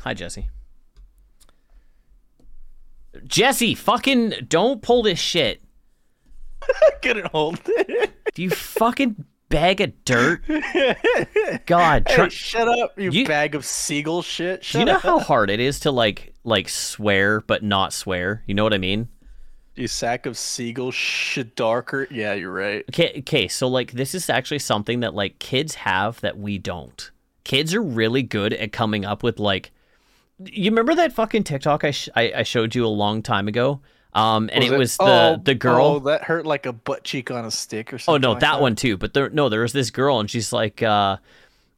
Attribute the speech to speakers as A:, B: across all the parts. A: Hi, Jesse. Jesse, fucking don't pull this shit.
B: Couldn't hold it.
A: Do you fucking bag of dirt? God, try-
B: Hey, shut up, you,
A: You-
B: bag of seagull shit.
A: do
B: Shut
A: you know
B: up.
A: how hard it is to like like swear but not swear? You know what I mean?
B: You sack of seagull shit darker. Yeah, you're right.
A: Okay, okay, so like this is actually something that like kids have that we don't. Kids are really good at coming up with like you remember that fucking TikTok I sh- I, I showed you a long time ago? Um and it was the
B: oh,
A: the girl
B: Oh, that hurt like a butt cheek on a stick or
A: Oh
B: something.
A: no,
B: like
A: that one too. But there, no, there was this girl, and she's like, uh,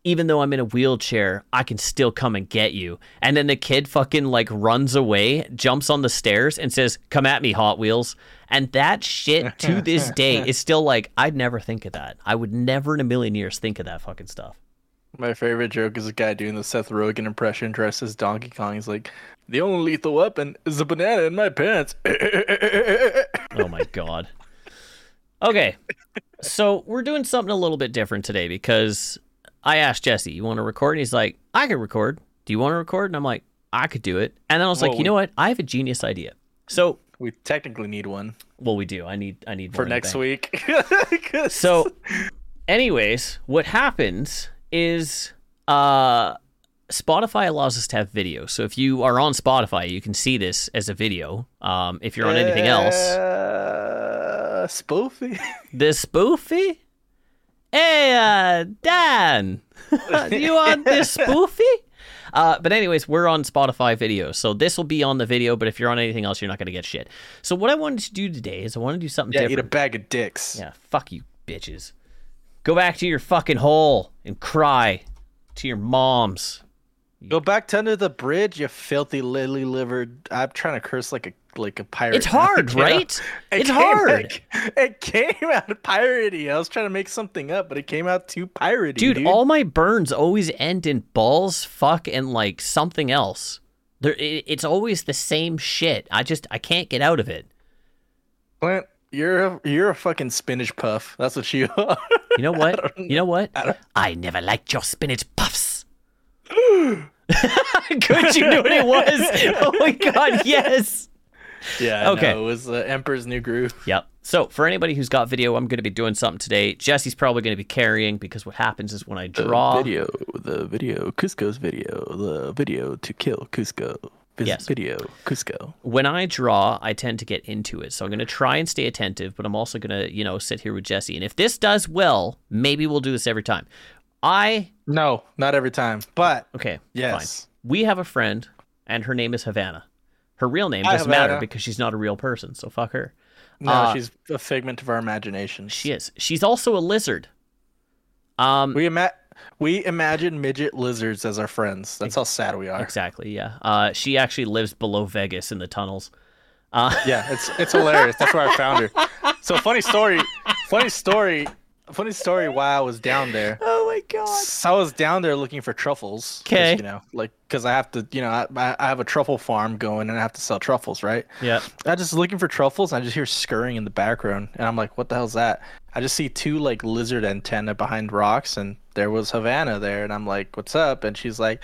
A: even though I'm in a wheelchair, I can still come and get you. And then the kid fucking like runs away, jumps on the stairs, and says, "Come at me, Hot Wheels." And that shit to this day is still like, I'd never think of that. I would never in a million years think of that fucking stuff.
B: My favorite joke is a guy doing the Seth Rogen impression dressed as Donkey Kong. He's like, the only lethal weapon is a banana in my pants.
A: Oh my god. Okay, so we're doing something a little bit different today because I asked Jesse, "You want to record?" And he's like, "I could record." Do you want to record? And I'm like, "I could do it." And then I was like,
B: Well,
A: "You
B: we-
A: know what? I have a genius idea." So,
B: we technically need one
A: well, we do. I need I need
B: for
A: more in the
B: next
A: bank.
B: week.
A: So, anyways, what happens is uh Spotify allows us to have video. So if you are on Spotify, you can see this as a video. Um, if you're on anything else,
B: Uh, Spoofy.
A: this spoofy? Hey, uh, Dan, you on this spoofy? Uh, but anyways, we're on Spotify video, so this will be on the video. But if you're on anything else, you're not gonna get shit. So what I wanted to do today is I want to do something
B: Yeah, eat a
A: different.
B: bag of dicks.
A: Yeah, fuck you, bitches. Go back to your fucking hole and cry to your moms.
B: Go back to under the bridge, you filthy lily livered. I'm trying to curse like a like a pirate.
A: It's hard,
B: You know?
A: right?
B: It
A: It's
B: came-
A: hard.
B: It, came out of piratey. I was trying to make something up, but it came out too piratey,
A: dude,
B: dude.
A: all my burns always end in balls fuck and like something else there it, it's always the same shit i just i can't get out of it
B: Clint, you're a, you're a fucking spinach puff. That's what you are.
A: you know what you know what I, never liked your spinach puffs good you knew what it was oh my god yes
B: yeah. I
A: Okay.
B: know. It was uh, Emperor's New Groove.
A: Yep. So for anybody who's got video, I'm going to be doing something today. Jesse's probably going to be carrying because what happens is when I draw,
B: video, the video, Cusco's video, the video to kill Cusco. Vis-
A: Yes.
B: Video, Cusco.
A: when I draw, I tend to get into it. So I'm going to try and stay attentive, but I'm also going to, you know, sit here with Jesse. And if this does well, maybe we'll do this every time. I,
B: No, not every time, but
A: okay,
B: yes.
A: fine. We have a friend, and her name is Havana. Her real name
B: Hi,
A: doesn't matter
B: Havana.
A: because she's not a real person. So fuck her.
B: No,
A: Uh,
B: she's a figment of our imagination.
A: She is. She's also a lizard. Um,
B: We ima- we imagine midget lizards as our friends. That's how sad we are.
A: exactly. Yeah. Uh, she actually lives below Vegas in the tunnels. Uh,
B: Yeah, it's it's hilarious. That's where I found her. So funny story. Funny story. Funny story. Why I was down there.
A: oh my god.
B: So I was down there looking for truffles. 'cause,
A: 'Kay.
B: You know, like because I have to. You know, I- I I have a truffle farm going and I have to sell truffles, right?
A: Yeah.
B: I just looking for truffles and I just hear scurrying in the background and I'm like, what the hell's that? I just see two like lizard antenna behind rocks and there was Havana there and I'm like, what's up? And she's like,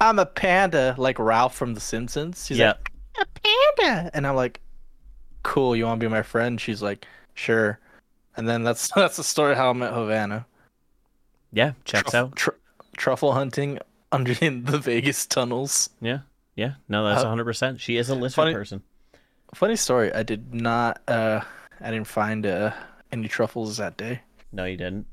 B: I'm a panda, like Ralph from The Simpsons. She's
A: Yeah.
B: like, a panda, and I'm like, cool, you want to be my friend? She's like, sure. And then that's that's the story how I met Havana.
A: Yeah. Checks out.
B: Tru- truffle hunting under in the Vegas tunnels.
A: Yeah. Yeah. No, that's
B: Uh,
A: 100%. She is a lizard
B: funny-
A: person.
B: Funny story, I did not, uh, I didn't find uh, any truffles that day.
A: No, you didn't.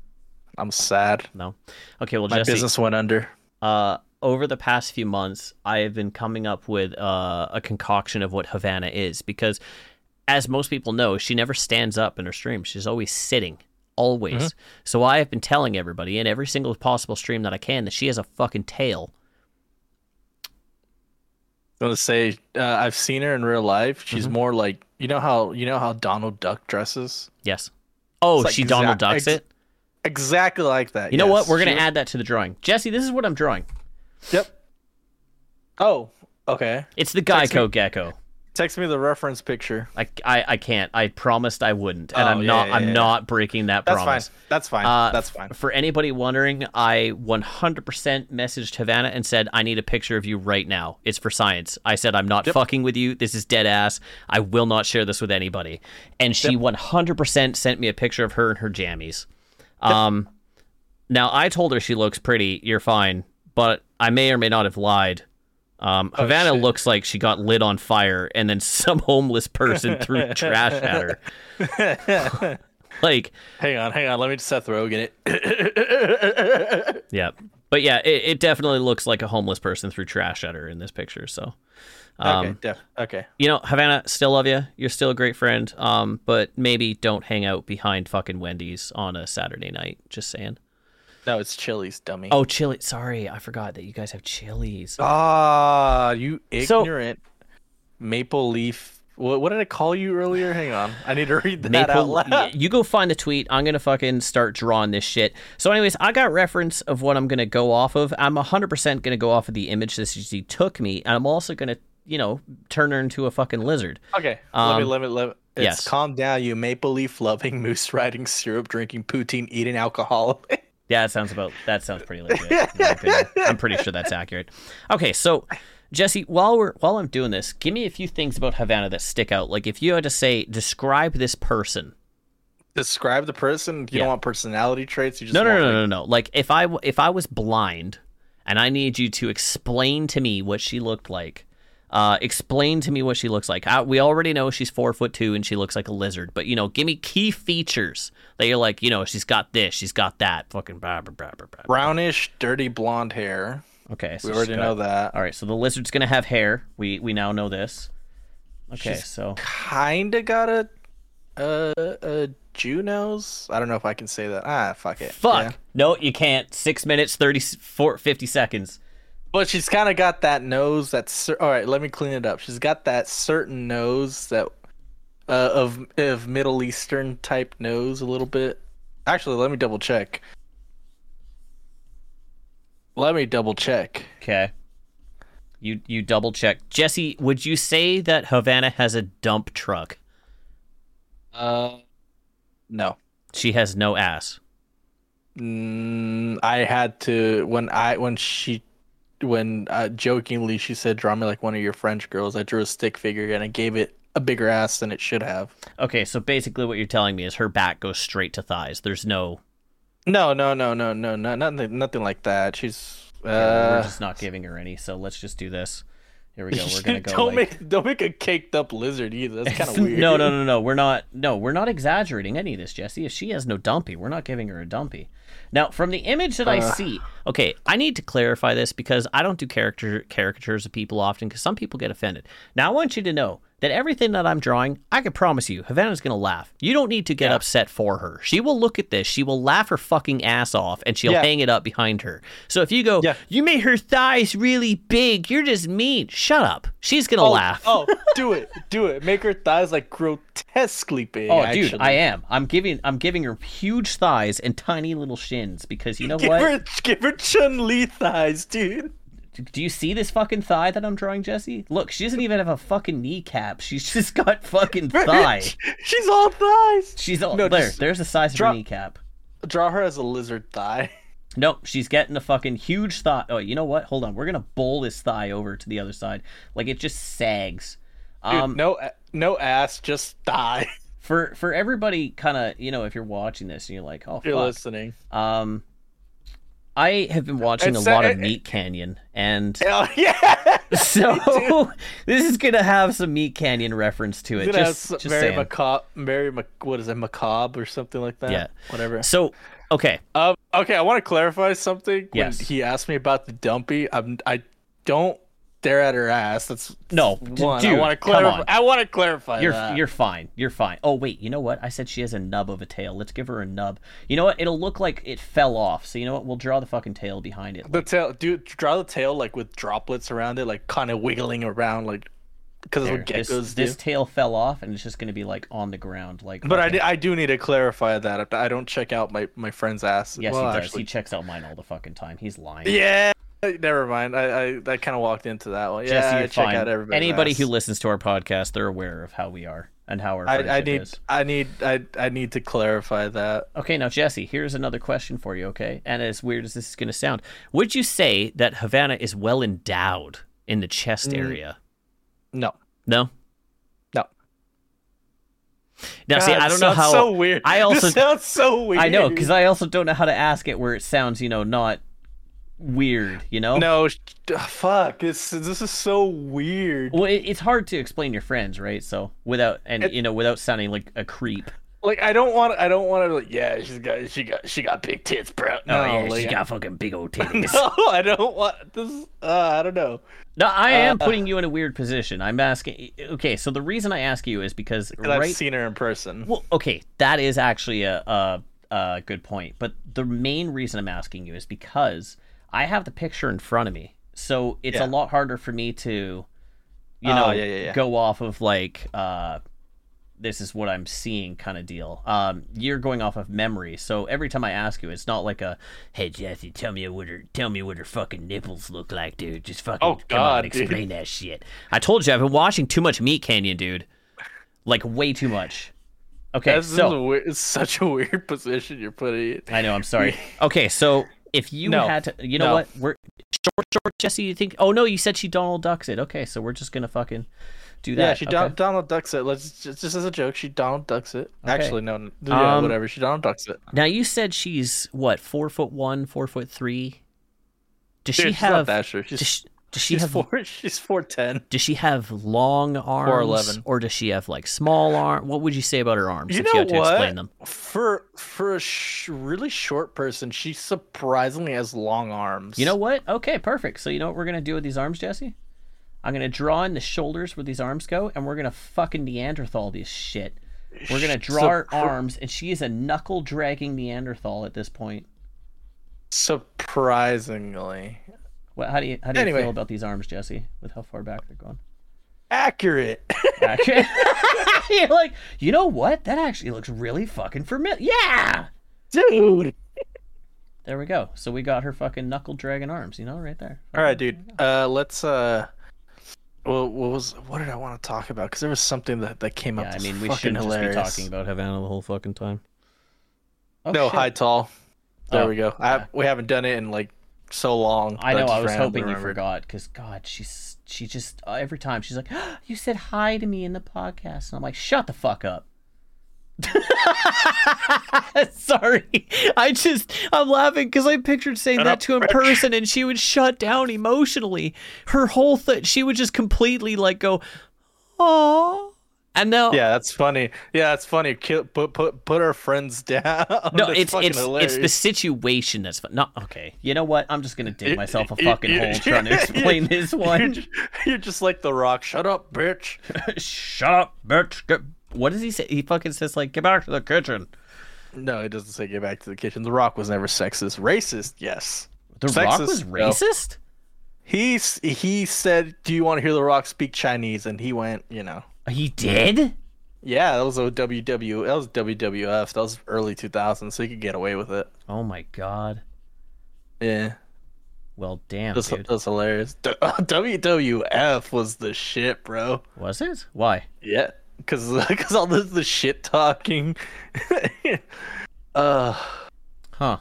B: I'm sad.
A: No. Okay, well,
B: My
A: Jesse,
B: business went under.
A: uh, over the past few months, I have been coming up with uh, a concoction of what Havana is because, as most people know, she never stands up in her stream. She's always sitting, always.
B: Mm-hmm.
A: So I have been telling everybody in every single possible stream that I can that she has a fucking tail.
B: I'm gonna say uh, I've seen her in real life. She's
A: Mm-hmm.
B: more like you know how you know how Donald Duck dresses.
A: Yes. Oh,
B: It's like
A: she Donald
B: exact-
A: Ducks
B: ex-
A: it?
B: Exactly like that.
A: You know what?
B: yes.
A: We're going
B: She-
A: to add that to the drawing. Jesse, this is what I'm drawing.
B: Yep. Oh, okay.
A: It's the Geico
B: me.
A: gecko.
B: Text me the reference picture.
A: I, I, I can't. I promised I wouldn't, and
B: Oh,
A: I'm
B: yeah,
A: not.
B: yeah,
A: I'm
B: yeah.
A: not breaking that
B: That's
A: promise.
B: fine. That's fine.
A: Uh,
B: That's fine.
A: For anybody wondering, I 100% messaged Havana and said, I need a picture of you right now. It's for science. I said, I'm not fucking with you. This is dead ass. I will not share this with anybody. And she 100% sent me a picture of her in her jammies. Um, now, I told her she looks pretty. You're fine. But I may or may not have lied. Um, Havana
B: Oh, shit.
A: looks like she got lit on fire and then some homeless person threw trash at her. like,
B: Hang on, hang on. Let me Seth Rogen it.
A: Yeah. But yeah, it, it definitely looks like a homeless person threw trash at her in this picture. So, um,
B: okay, def- okay.
A: you know, Havana, still love you. You're still a great friend. Um, but maybe don't hang out behind fucking Wendy's on a Saturday night. Just saying.
B: No, it's Chili's dummy.
A: Oh, chili. Sorry, I forgot that you guys have chilies.
B: Oh, Ah, you
A: So-
B: ignorant maple leaf. What, what did I call you earlier? Hang on, I need to read that out loud.
A: Yeah, You go find the tweet. I'm gonna fucking start drawing this shit. So, anyways, I got reference of what I'm gonna go off of. I'm 100% gonna go off of the image that she took me, and I'm also gonna, you know, turn her into a fucking lizard.
B: Okay, let me
A: Um,
B: let me let. Me. It's
A: yes.
B: calm down, you maple leaf loving, moose riding, syrup drinking, poutine eating alcoholic.
A: Yeah, that sounds about. That sounds pretty legit. in my opinion. I'm pretty sure that's accurate. Okay, so Jesse, while we're while I'm doing this, give me a few things about Havana that stick out. Like if you had to say describe this person.
B: Describe the person. You
A: Yeah.
B: don't want personality traits. You just
A: No, no,
B: want,
A: no,
B: like,
A: no, no, no. Like if I w- if I was blind and I need you to explain to me what she looked like. Uh, explain to me what she looks like. I, we already know she's four foot two and she looks like a lizard, but you know, give me key features that you're like, you know, she's got this, she's got that, fucking blah blah blah blah. blah.
B: brownish, dirty blonde hair.
A: Okay, so
B: We
A: she's
B: already
A: got-
B: know that.
A: All right, so the lizard's gonna have hair. We we now know this. Okay,
B: She's-
A: so
B: Kinda got a, uh, a Juno's. I don't know if I can say that. Ah, fuck it.
A: fuck.
B: Yeah.
A: No, you can't. Six minutes, 30, s- four, 50 seconds.
B: But she's kind of got that nose. That's cer- all right. Let me clean it up. She's got that certain nose that uh, of of Middle Eastern type nose a little bit. Actually, let me double check. Let me double check.
A: Okay. You you double check, Jesse. Would you say that Havana has a dump truck?
B: Uh, no.
A: She has no ass.
B: Mm, I had to when I when she when uh, jokingly she said draw me like one of your French girls. I drew a stick figure and I gave it a bigger ass than it should have.
A: Okay, so basically what you're telling me is her back goes straight to thighs. There's no.
B: No, no, no, no, no, no, nothing, nothing like that. She's
A: We're
B: uh,
A: just not giving her any. So let's just do this. Here we go. We're gonna go.
B: don't
A: like-
B: make don't make a caked up lizard either. That's kind of weird.
A: no, no, no, no. We're not. No, we're not exaggerating any of this, Jesse. If she has no dumpy, we're not giving her a dumpy. Now, from the image that I
B: Uh.
A: see, okay, I need to clarify this because I don't do character caricatures of people often because some people get offended. Now, I want you to know that everything that I'm drawing, I can promise you, Havana's gonna laugh. You don't need to get upset for her. She will look at this. She will laugh her fucking ass off, and she'll
B: Yeah.
A: hang it up behind her. So if you go,
B: Yeah.
A: you made her thighs really big. You're just mean. Shut up. She's gonna laugh.
B: oh, do it, do it. Make her thighs like grotesquely big.
A: Oh, dude,
B: actually.
A: I am. I'm giving. I'm giving her huge thighs and tiny little shins because you know
B: give
A: what?
B: her give her Chun Li thighs, dude.
A: Do you see this fucking thigh that I'm drawing, Jesse? Look, she doesn't even have a fucking kneecap. She's just got fucking thigh.
B: She's all thighs.
A: She's all
B: No,
A: there.
B: just
A: There's the size
B: draw-
A: of a kneecap.
B: Draw her as a lizard thigh.
A: Nope, she's getting a fucking huge thigh. Oh, you know what? Hold on. We're gonna bowl this thigh over to the other side. Like it just sags.
B: Dude,
A: Um,
B: no, a- no ass, just thigh.
A: for for everybody, kind of, you know, if you're watching this and you're like, oh,
B: If You're
A: fuck.
B: listening.
A: Um, I have been watching
B: It's-
A: a lot of
B: it-
A: Meat Canyon, and
B: Hell yeah.
A: so this is gonna have some Meat Canyon reference to it.
B: Gonna have
A: Just,
B: some-
A: just
B: very
A: saying.
B: macabre, very mac- what is it, macabre or something like that?
A: Yeah.
B: whatever.
A: so okay,
B: Um, okay, I want to clarify something. When
A: Yes.
B: he asked me about the dumpy, I'm, I don't stare at her ass. That's
A: No, d-
B: one. I
A: dude,
B: want to
A: come
B: clarify.
A: on.
B: I want to clarify.
A: you're
B: that.
A: you're fine. You're fine. Oh wait, you know what? I said she has a nub of a tail. Let's give her a nub. You know what? It'll look like it fell off. So you know what? We'll draw the fucking tail behind it.
B: the tail. Dude, draw the tail like with droplets around it, like kind of wiggling around, like because
A: There.
B: what geckos
A: This,
B: do.
A: this tail fell off, and it's just gonna be like on the ground, like.
B: but I,
A: fucking-
B: d- I do need to clarify that. I don't check out my, my friend's ass.
A: Yes,
B: Well,
A: he does.
B: actually-
A: He checks out mine all the fucking time. He's lying.
B: Yeah. Never mind. I I, I kind of walked into that one. Yeah,
A: Jesse,
B: I
A: you're
B: check
A: fine.
B: out everybody.
A: Anybody who listens to our podcast, they're aware of how we are and how our friendship
B: I, I need
A: is.
B: I need I I need to clarify that.
A: Okay, now Jesse, here's another question for you. Okay, and as weird as this is going to sound, would you say that Havana is well endowed in the chest
B: Mm.
A: area?
B: No.
A: No.
B: No.
A: Now, see,
B: God,
A: I
B: this
A: don't know
B: sounds
A: how.
B: So weird.
A: I also-
B: this sounds so weird.
A: I know because I also don't know how to ask it where it sounds, you know, not weird. You know.
B: no. sh- ugh, Fuck. This this is so weird.
A: Well, it, it's hard to explain your friends, right? So without and
B: It-
A: you know without sounding like a creep.
B: Like I don't want. I don't want to. Like yeah, she's got she got she got big tits, bro. No,
A: oh yeah,
B: like,
A: she got fucking big old titties.
B: No, I don't want this. Uh, I don't know.
A: no, I am
B: Uh,
A: putting you in a weird position. I'm asking. Okay, so the reason I ask you is because
B: 'Cause
A: right
B: I've seen her in person.
A: Well, okay, that is actually a, a a good point. But the main reason I'm asking you is because I have the picture in front of me, so it's a
B: Yeah.
A: lot harder for me to, you
B: Oh,
A: know,
B: yeah, yeah, yeah.
A: go off of like uh, this is what I'm seeing kind of deal. Um, you're going off of memory, so every time I ask you, it's not like a hey Jesse, tell me what her tell me what her fucking nipples look like, dude. Just fucking
B: Oh,
A: come on,
B: God, dude.
A: explain that shit. I told you I've been watching too much Meat Canyon, dude. Like way too much. Okay,
B: This is a
A: so
B: weird, it's such a weird position you're putting it.
A: I know I'm sorry. Okay, so if you
B: No.
A: had to, you know
B: No.
A: what? We're short, short. Jesse, you think? Oh no, you said she Donald Ducks it. Okay, so we're just gonna fucking do that.
B: Yeah, she
A: okay.
B: Don- Donald ducks it. Let's just, just as a joke, she Donald ducks it.
A: Okay.
B: Actually, no, n- yeah,
A: Um,
B: whatever. She Donald ducks it.
A: Now you said she's what four foot one, four foot three. Does
B: Dude,
A: she
B: she's not
A: have?
B: that sure. She's
A: Does she, does she
B: she's
A: have?
B: four. She's four ten.
A: Does she have long arms?
B: 4'11.
A: Or does she have like small arm? What would you say about her arms?
B: You
A: if
B: know
A: you had to
B: what?
A: explain them.
B: For for a sh- really short person, she surprisingly has long arms.
A: You know what? Okay, perfect. So you know what we're gonna do with these arms, Jesse? I'm gonna draw in the shoulders where these arms go, and we're gonna fucking Neanderthal this shit. We're gonna
B: Sh-
A: draw
B: so-
A: her arms, and she is a knuckle dragging Neanderthal at this point.
B: surprisingly
A: What, how do you how do you
B: Anyway.
A: feel about these arms, Jesse? With how far back they're going?
B: accurate.
A: Actually, you're like, you know what? That actually looks really fucking familiar. Yeah.
B: Dude.
A: There we go. So we got her fucking knuckle dragging arms. You know, right there.
B: All right, dude. Uh, let's. Uh, well, what was what did I want to talk about? Because there was something that that came up.
A: Yeah, I
B: that's
A: mean, we
B: fucking
A: shouldn't
B: hilarious.
A: just be talking about Havana the whole fucking time. Oh,
B: no,
A: shit.
B: high tall. There
A: Oh,
B: we go. I, we haven't done it in like so long.
A: I
B: that
A: know.
B: just
A: I was
B: randomly
A: hoping you
B: remembered.
A: forgot because God, she's she just uh, every time she's like, "You said hi to me in the podcast," and I'm like, "Shut the fuck up." Sorry, I just I'm laughing because I pictured saying that
B: up,
A: to in person, and she would shut down emotionally. Her whole thing, she would just completely like go, "Oh," and now
B: Yeah, that's funny. Yeah, that's funny. Kill, put put put our friends down.
A: No,
B: That's
A: it's
B: fucking
A: it's
B: hilarious.
A: it's the situation that's fu- not okay. You know what? I'm just gonna dig myself a
B: you-
A: fucking
B: you-
A: hole trying to
B: you-
A: explain this
B: You're
A: one.
B: just, you're just like the Rock. Shut up, bitch.
A: Shut up, bitch! Get... What does he say? He fucking says like, "Get back to the kitchen."
B: No, it doesn't say get back to the kitchen. The Rock was never sexist. Racist, yes.
A: The Rock
B: Sexist,
A: was
B: no.
A: racist.
B: He s- he said, "Do you want to hear The Rock speak Chinese?" And he went, you know,
A: He did.
B: yeah, that was a WW, that was WWF, that was early 2000s, so he could get away with it.
A: Oh my god.
B: Yeah,
A: Well, damn,
B: that's
A: dude.
B: that's hilarious. D- WWF was the shit, bro.
A: Was it? Why?
B: Yeah, because because all this the shit talking. uh,
A: Huh?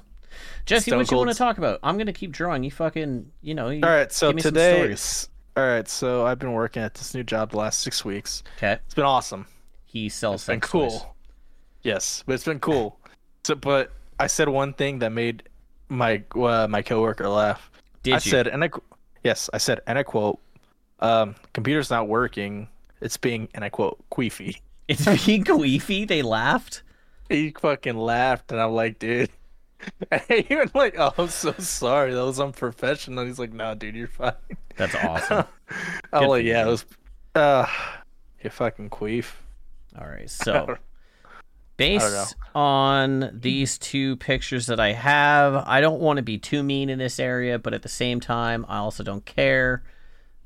A: Jesse,
B: Stone
A: what you want to
B: Cold's-
A: talk about? I'm gonna keep drawing. You fucking, you know. You...
B: all right, so
A: Give me some
B: today,
A: stories.
B: all right, so I've been working at this new job the last six weeks.
A: Okay.
B: It's been awesome.
A: He sells.
B: It's been
A: sex
B: cool.
A: toys.
B: Yes, but it's been cool. So, but I said one thing that made my uh, my coworker laugh.
A: Did
B: I
A: you?
B: said, and I qu- yes, I said, and I quote, um, "Computer's not working. It's being," and I quote, "queefy."
A: It's being queefy. They laughed.
B: He fucking laughed, and I'm like, dude. And he was like, "Oh, I'm so sorry. That was unprofessional." And he's like, "No, dude, you're fine."
A: That's awesome.
B: I'm
A: Good
B: like,
A: for
B: "Yeah, it
A: you.
B: was." Uh, you fucking queef.
A: All right, so
B: know.
A: based on these two pictures that I have, I don't want to be too mean in this area, but at the same time, I also don't care.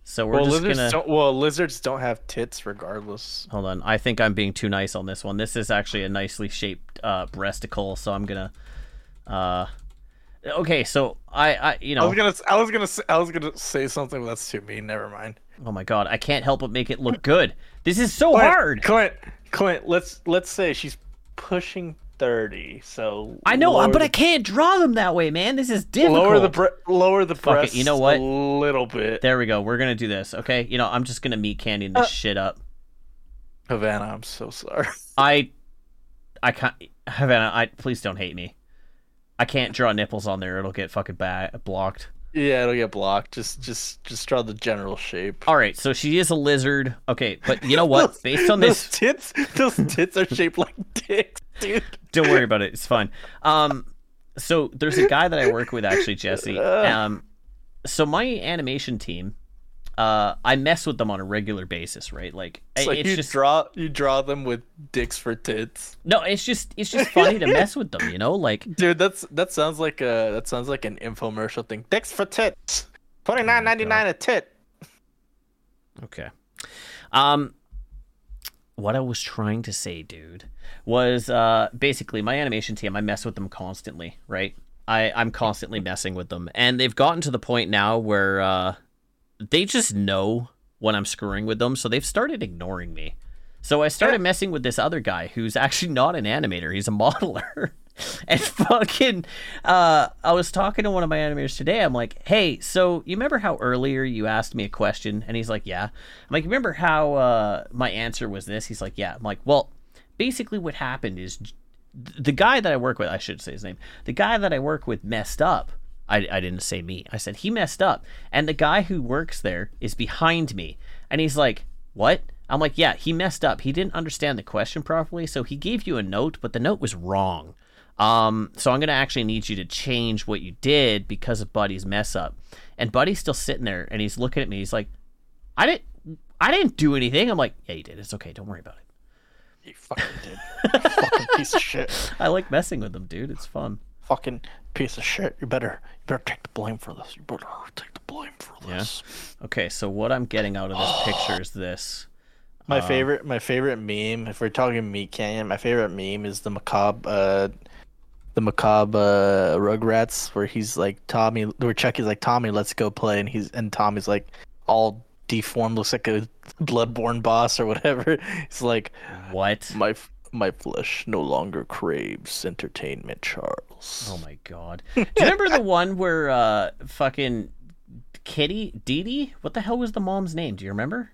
A: So we're
B: Well,
A: just
B: lizards
A: gonna
B: don't. Well, lizards don't have tits, regardless.
A: hold on. I think I'm being too nice on this one. This is actually a nicely shaped uh, breasticle, so I'm gonna. Uh, Okay, so I, I you
B: I
A: know,
B: was gonna, I was gonna, say, I was gonna say something, but that's too mean. Never mind.
A: oh my god, I can't help but make it look good. This is so
B: Clint,
A: hard.
B: Clint, Clint. Let's let's say she's pushing thirty. So
A: I know, uh,
B: lower
A: but I
B: the,
A: can't draw them that way, man. This is difficult.
B: lower the bre- lower the
A: Fuck it,
B: breast.
A: you know what?
B: A little bit.
A: There we go. We're gonna do this, okay? You know, I'm just gonna meat candy
B: Uh,
A: this shit up.
B: Havana, I'm so sorry.
A: I, I can't. Havana, I please don't hate me. I can't draw nipples on there. It'll get fucking ba- blocked.
B: yeah, it'll get blocked. Just just just draw the general shape.
A: All right, so she is a lizard. Okay, but you know what? Based on
B: Those
A: this,
B: tits, those tits are shaped like dicks, dude.
A: don't worry about it. It's fine. Um, so there's a guy that I work with actually, Jesse.
B: Uh.
A: Um, so my animation team, uh, I mess with them on a regular basis, right? Like,
B: It's
A: I-
B: like
A: it's
B: you
A: just
B: draw you draw them with dicks for tits,
A: no, it's just it's just funny to mess with them, you know? Like,
B: dude. That's that sounds like a that sounds like an infomercial thing. Dicks for tits, Oh twenty nine ninety nine a tit.
A: Okay. Um what I was trying to say, dude, was uh basically my animation team, I mess with them constantly, right? I, I'm constantly messing with them. And they've gotten to the point now where uh they just know when I'm screwing with them, so they've started ignoring me. So I started messing with this other guy who's actually not an animator, he's a modeler. and fucking uh I was talking to one of my animators today. I'm like, "Hey, so you remember how earlier you asked me a question?" And he's like, "Yeah." I'm like, "You remember how uh my answer was this?" He's like, "Yeah." I'm like, "Well, basically what happened is j- the guy that I work with, I should say his name, the guy that I work with messed up. I, I didn't say me. I said he messed up. And the guy who works there is behind me. And he's like, What? I'm like, Yeah, he messed up. He didn't understand the question properly. So he gave you a note, but the note was wrong. Um, so I'm gonna actually need you to change what you did because of Buddy's mess up. And Buddy's still sitting there and he's looking at me, he's like, I didn't I didn't do anything. I'm like, Yeah, you did. It's okay, don't worry about it.
B: You fucking did. fucking piece of shit.
A: I like messing with them, dude. It's fun.
B: Fucking piece of shit. You better you better take the blame for this. You better take the blame for this.
A: Okay, so what I'm getting out of this picture is this.
B: My favorite, my favorite meme. If we're talking meat canyon, my favorite meme is the macabre, uh, the macabre uh, Rugrats, where he's like Tommy, where Chucky's like Tommy, let's go play, and he's and Tommy's like all deformed, looks like a bloodborne boss or whatever. He's like,
A: What?
B: my f- my flesh no longer craves entertainment, Charles.
A: Oh my god. Do you remember the one where uh fucking Kitty Dee Dee? What the hell was the mom's name? Do you remember?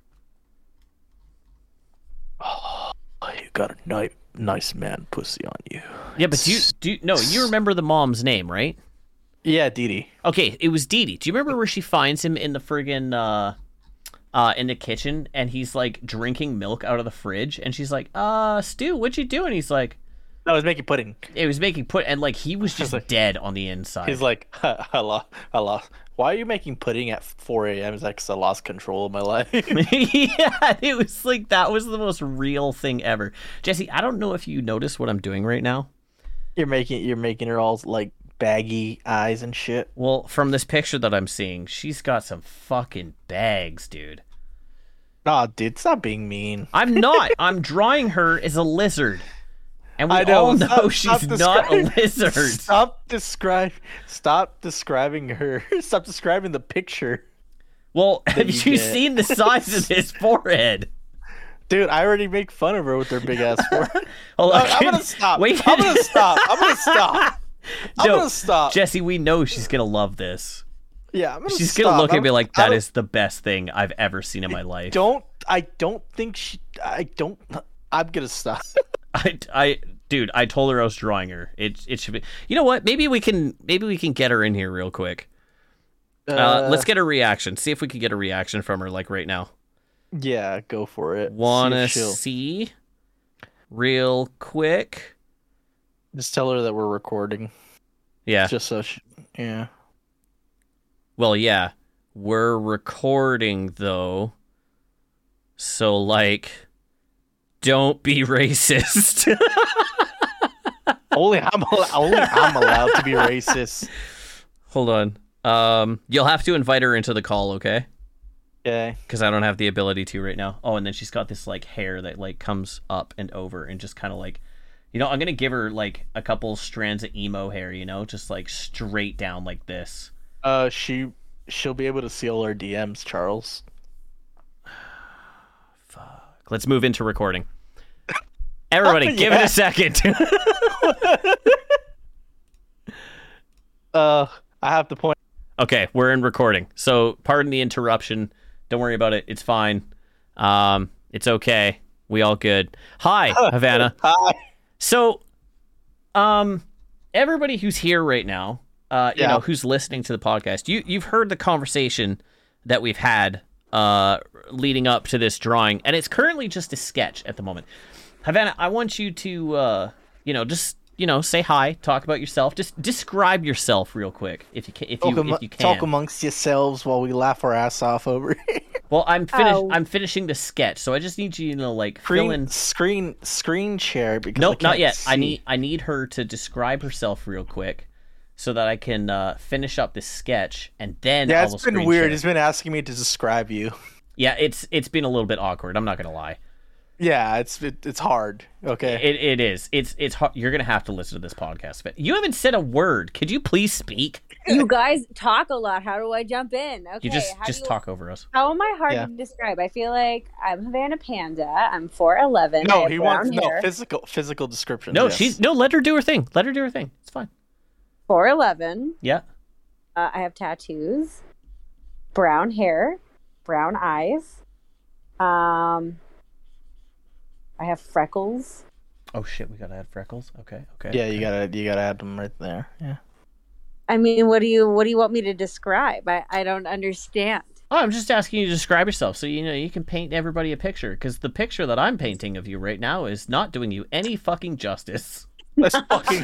B: You got a nice nice man pussy on you.
A: Yeah, but do you do you, no, you remember the mom's name, right?
B: Yeah, Dee Dee.
A: Okay, it was Dee Dee. Do you remember where she finds him in the friggin' uh uh in the kitchen and he's like drinking milk out of the fridge and she's like, uh, Stu, what'd you do? And he's like
B: No, it's Mickey Pudding.
A: it was making put and like he was just
B: like-
A: dead on the inside.
B: He's like, "Huh, I lost, I lost. Why are you making pudding at 4 a.m.? It's like, 'Cause I lost control of my life.
A: yeah, it was like that was the most real thing ever. Jesse, I don't know if you notice what I'm doing right now.
B: you're making, you're making her all like baggy eyes and shit.
A: Well, from this picture that I'm seeing, she's got some fucking bags, dude.
B: Nah, dude, stop being mean.
A: I'm not. I'm drawing her as a lizard. And we
B: I know,
A: all know
B: stop-
A: she's
B: stop
A: not a
B: describing-
A: lizard.
B: Stop describe, stop describing her. Stop describing the picture,
A: Well, have
B: you
A: you
B: get.
A: seen the size of his forehead?
B: dude. I already make fun of her with her big ass. forehead.
A: Hold on,
B: I'm, I'm gonna stop.
A: Wait,
B: I'm gonna stop. I'm gonna stop. I'm
A: No,
B: gonna stop.
A: Jesse, we know she's gonna love this.
B: yeah, I'm gonna
A: She's
B: stop.
A: gonna look at
B: I'm-
A: me like
B: I
A: that
B: don't-
A: is the best thing I've ever seen in my life.
B: Don't. I don't think she. I don't. I'm gonna stop.
A: I, I, dude, I told her I was drawing her. It, it should be. You know what? Maybe we can, maybe we can get her in here real quick. Uh, let's get a reaction. See if we can get a reaction from her, like right now.
B: Yeah, go for it. See
A: Wanna
B: if she'll-
A: see, real quick?
B: Just tell her that we're recording.
A: Yeah.
B: Just so she. Yeah.
A: Well, yeah, we're recording though, so like, don't be racist.
B: Only I'm al- only I'm allowed to be racist.
A: Hold on. Um, you'll have to invite her into the call, okay?
B: Okay.
A: because I don't have the ability to right now. Oh, and then she's got this like hair that like comes up and over and just kind of like You know, I'm gonna give her like a couple strands of emo hair. You know, just like straight down like this.
B: Uh, she she'll be able to seal our DMs, Charles.
A: Fuck. Let's move into recording. Everybody, give it
B: Yeah.
A: a second.
B: Uh, I have to point.
A: okay, we're in recording. So, pardon the interruption. Don't worry about it. It's fine. Um, it's okay. We all good. Hi, Havana.
B: Hi.
A: So, um, everybody who's here right now, uh, you
B: Yeah.
A: know, who's listening to the podcast, you you've heard the conversation that we've had, uh, leading up to this drawing, and it's currently just a sketch at the moment. Havana, I want you to, uh, you know, just you know, say hi, talk about yourself, just describe yourself real quick, if you can, if you
B: Talk, am-
A: if you can.
B: talk amongst yourselves while we laugh our ass off over here.
A: well, I'm finished.
C: Oh.
A: I'm finishing the sketch, so I just need you to like fill in
B: Screen, screen, screen share. Because I
A: Nope, not
B: can't
A: yet. I
B: see.
A: need I need her to describe herself real quick, so that I can uh, finish up this sketch and then
B: Yeah,
A: I
B: it's
A: will
B: been
A: screen
B: weird.
A: share.
B: It's been asking me to describe you.
A: Yeah, it's it's been a little bit awkward. I'm not gonna lie.
B: Yeah, it's it, it's hard. Okay.
A: It it is. It's it's hard. You're gonna have to listen to this podcast. But you haven't said a word. Could you please speak?
C: You guys talk a lot. How do I jump in? Okay,
A: You just
C: how do
A: just
C: you-
A: talk over us.
C: How am I hard
B: Yeah.
C: to describe? I feel like I'm Havana Panda. I'm four eleven.
B: no, he wants no physical physical description.
A: No,
B: yes.
A: she's no. Let her do her thing. Let her do her thing. It's fine.
C: four eleven.
A: Yeah.
C: Uh, I have tattoos, brown hair, brown eyes. Um, I have freckles.
A: Oh shit, we gotta add freckles. Okay. Okay.
B: Yeah, you gotta you gotta add them right there. Yeah.
C: I mean, what do you what do you want me to describe? I I don't understand.
A: Oh, I'm just asking you to describe yourself so you know you can paint everybody a picture because the picture that I'm painting of you right now is not doing you any fucking justice.
B: That's fucking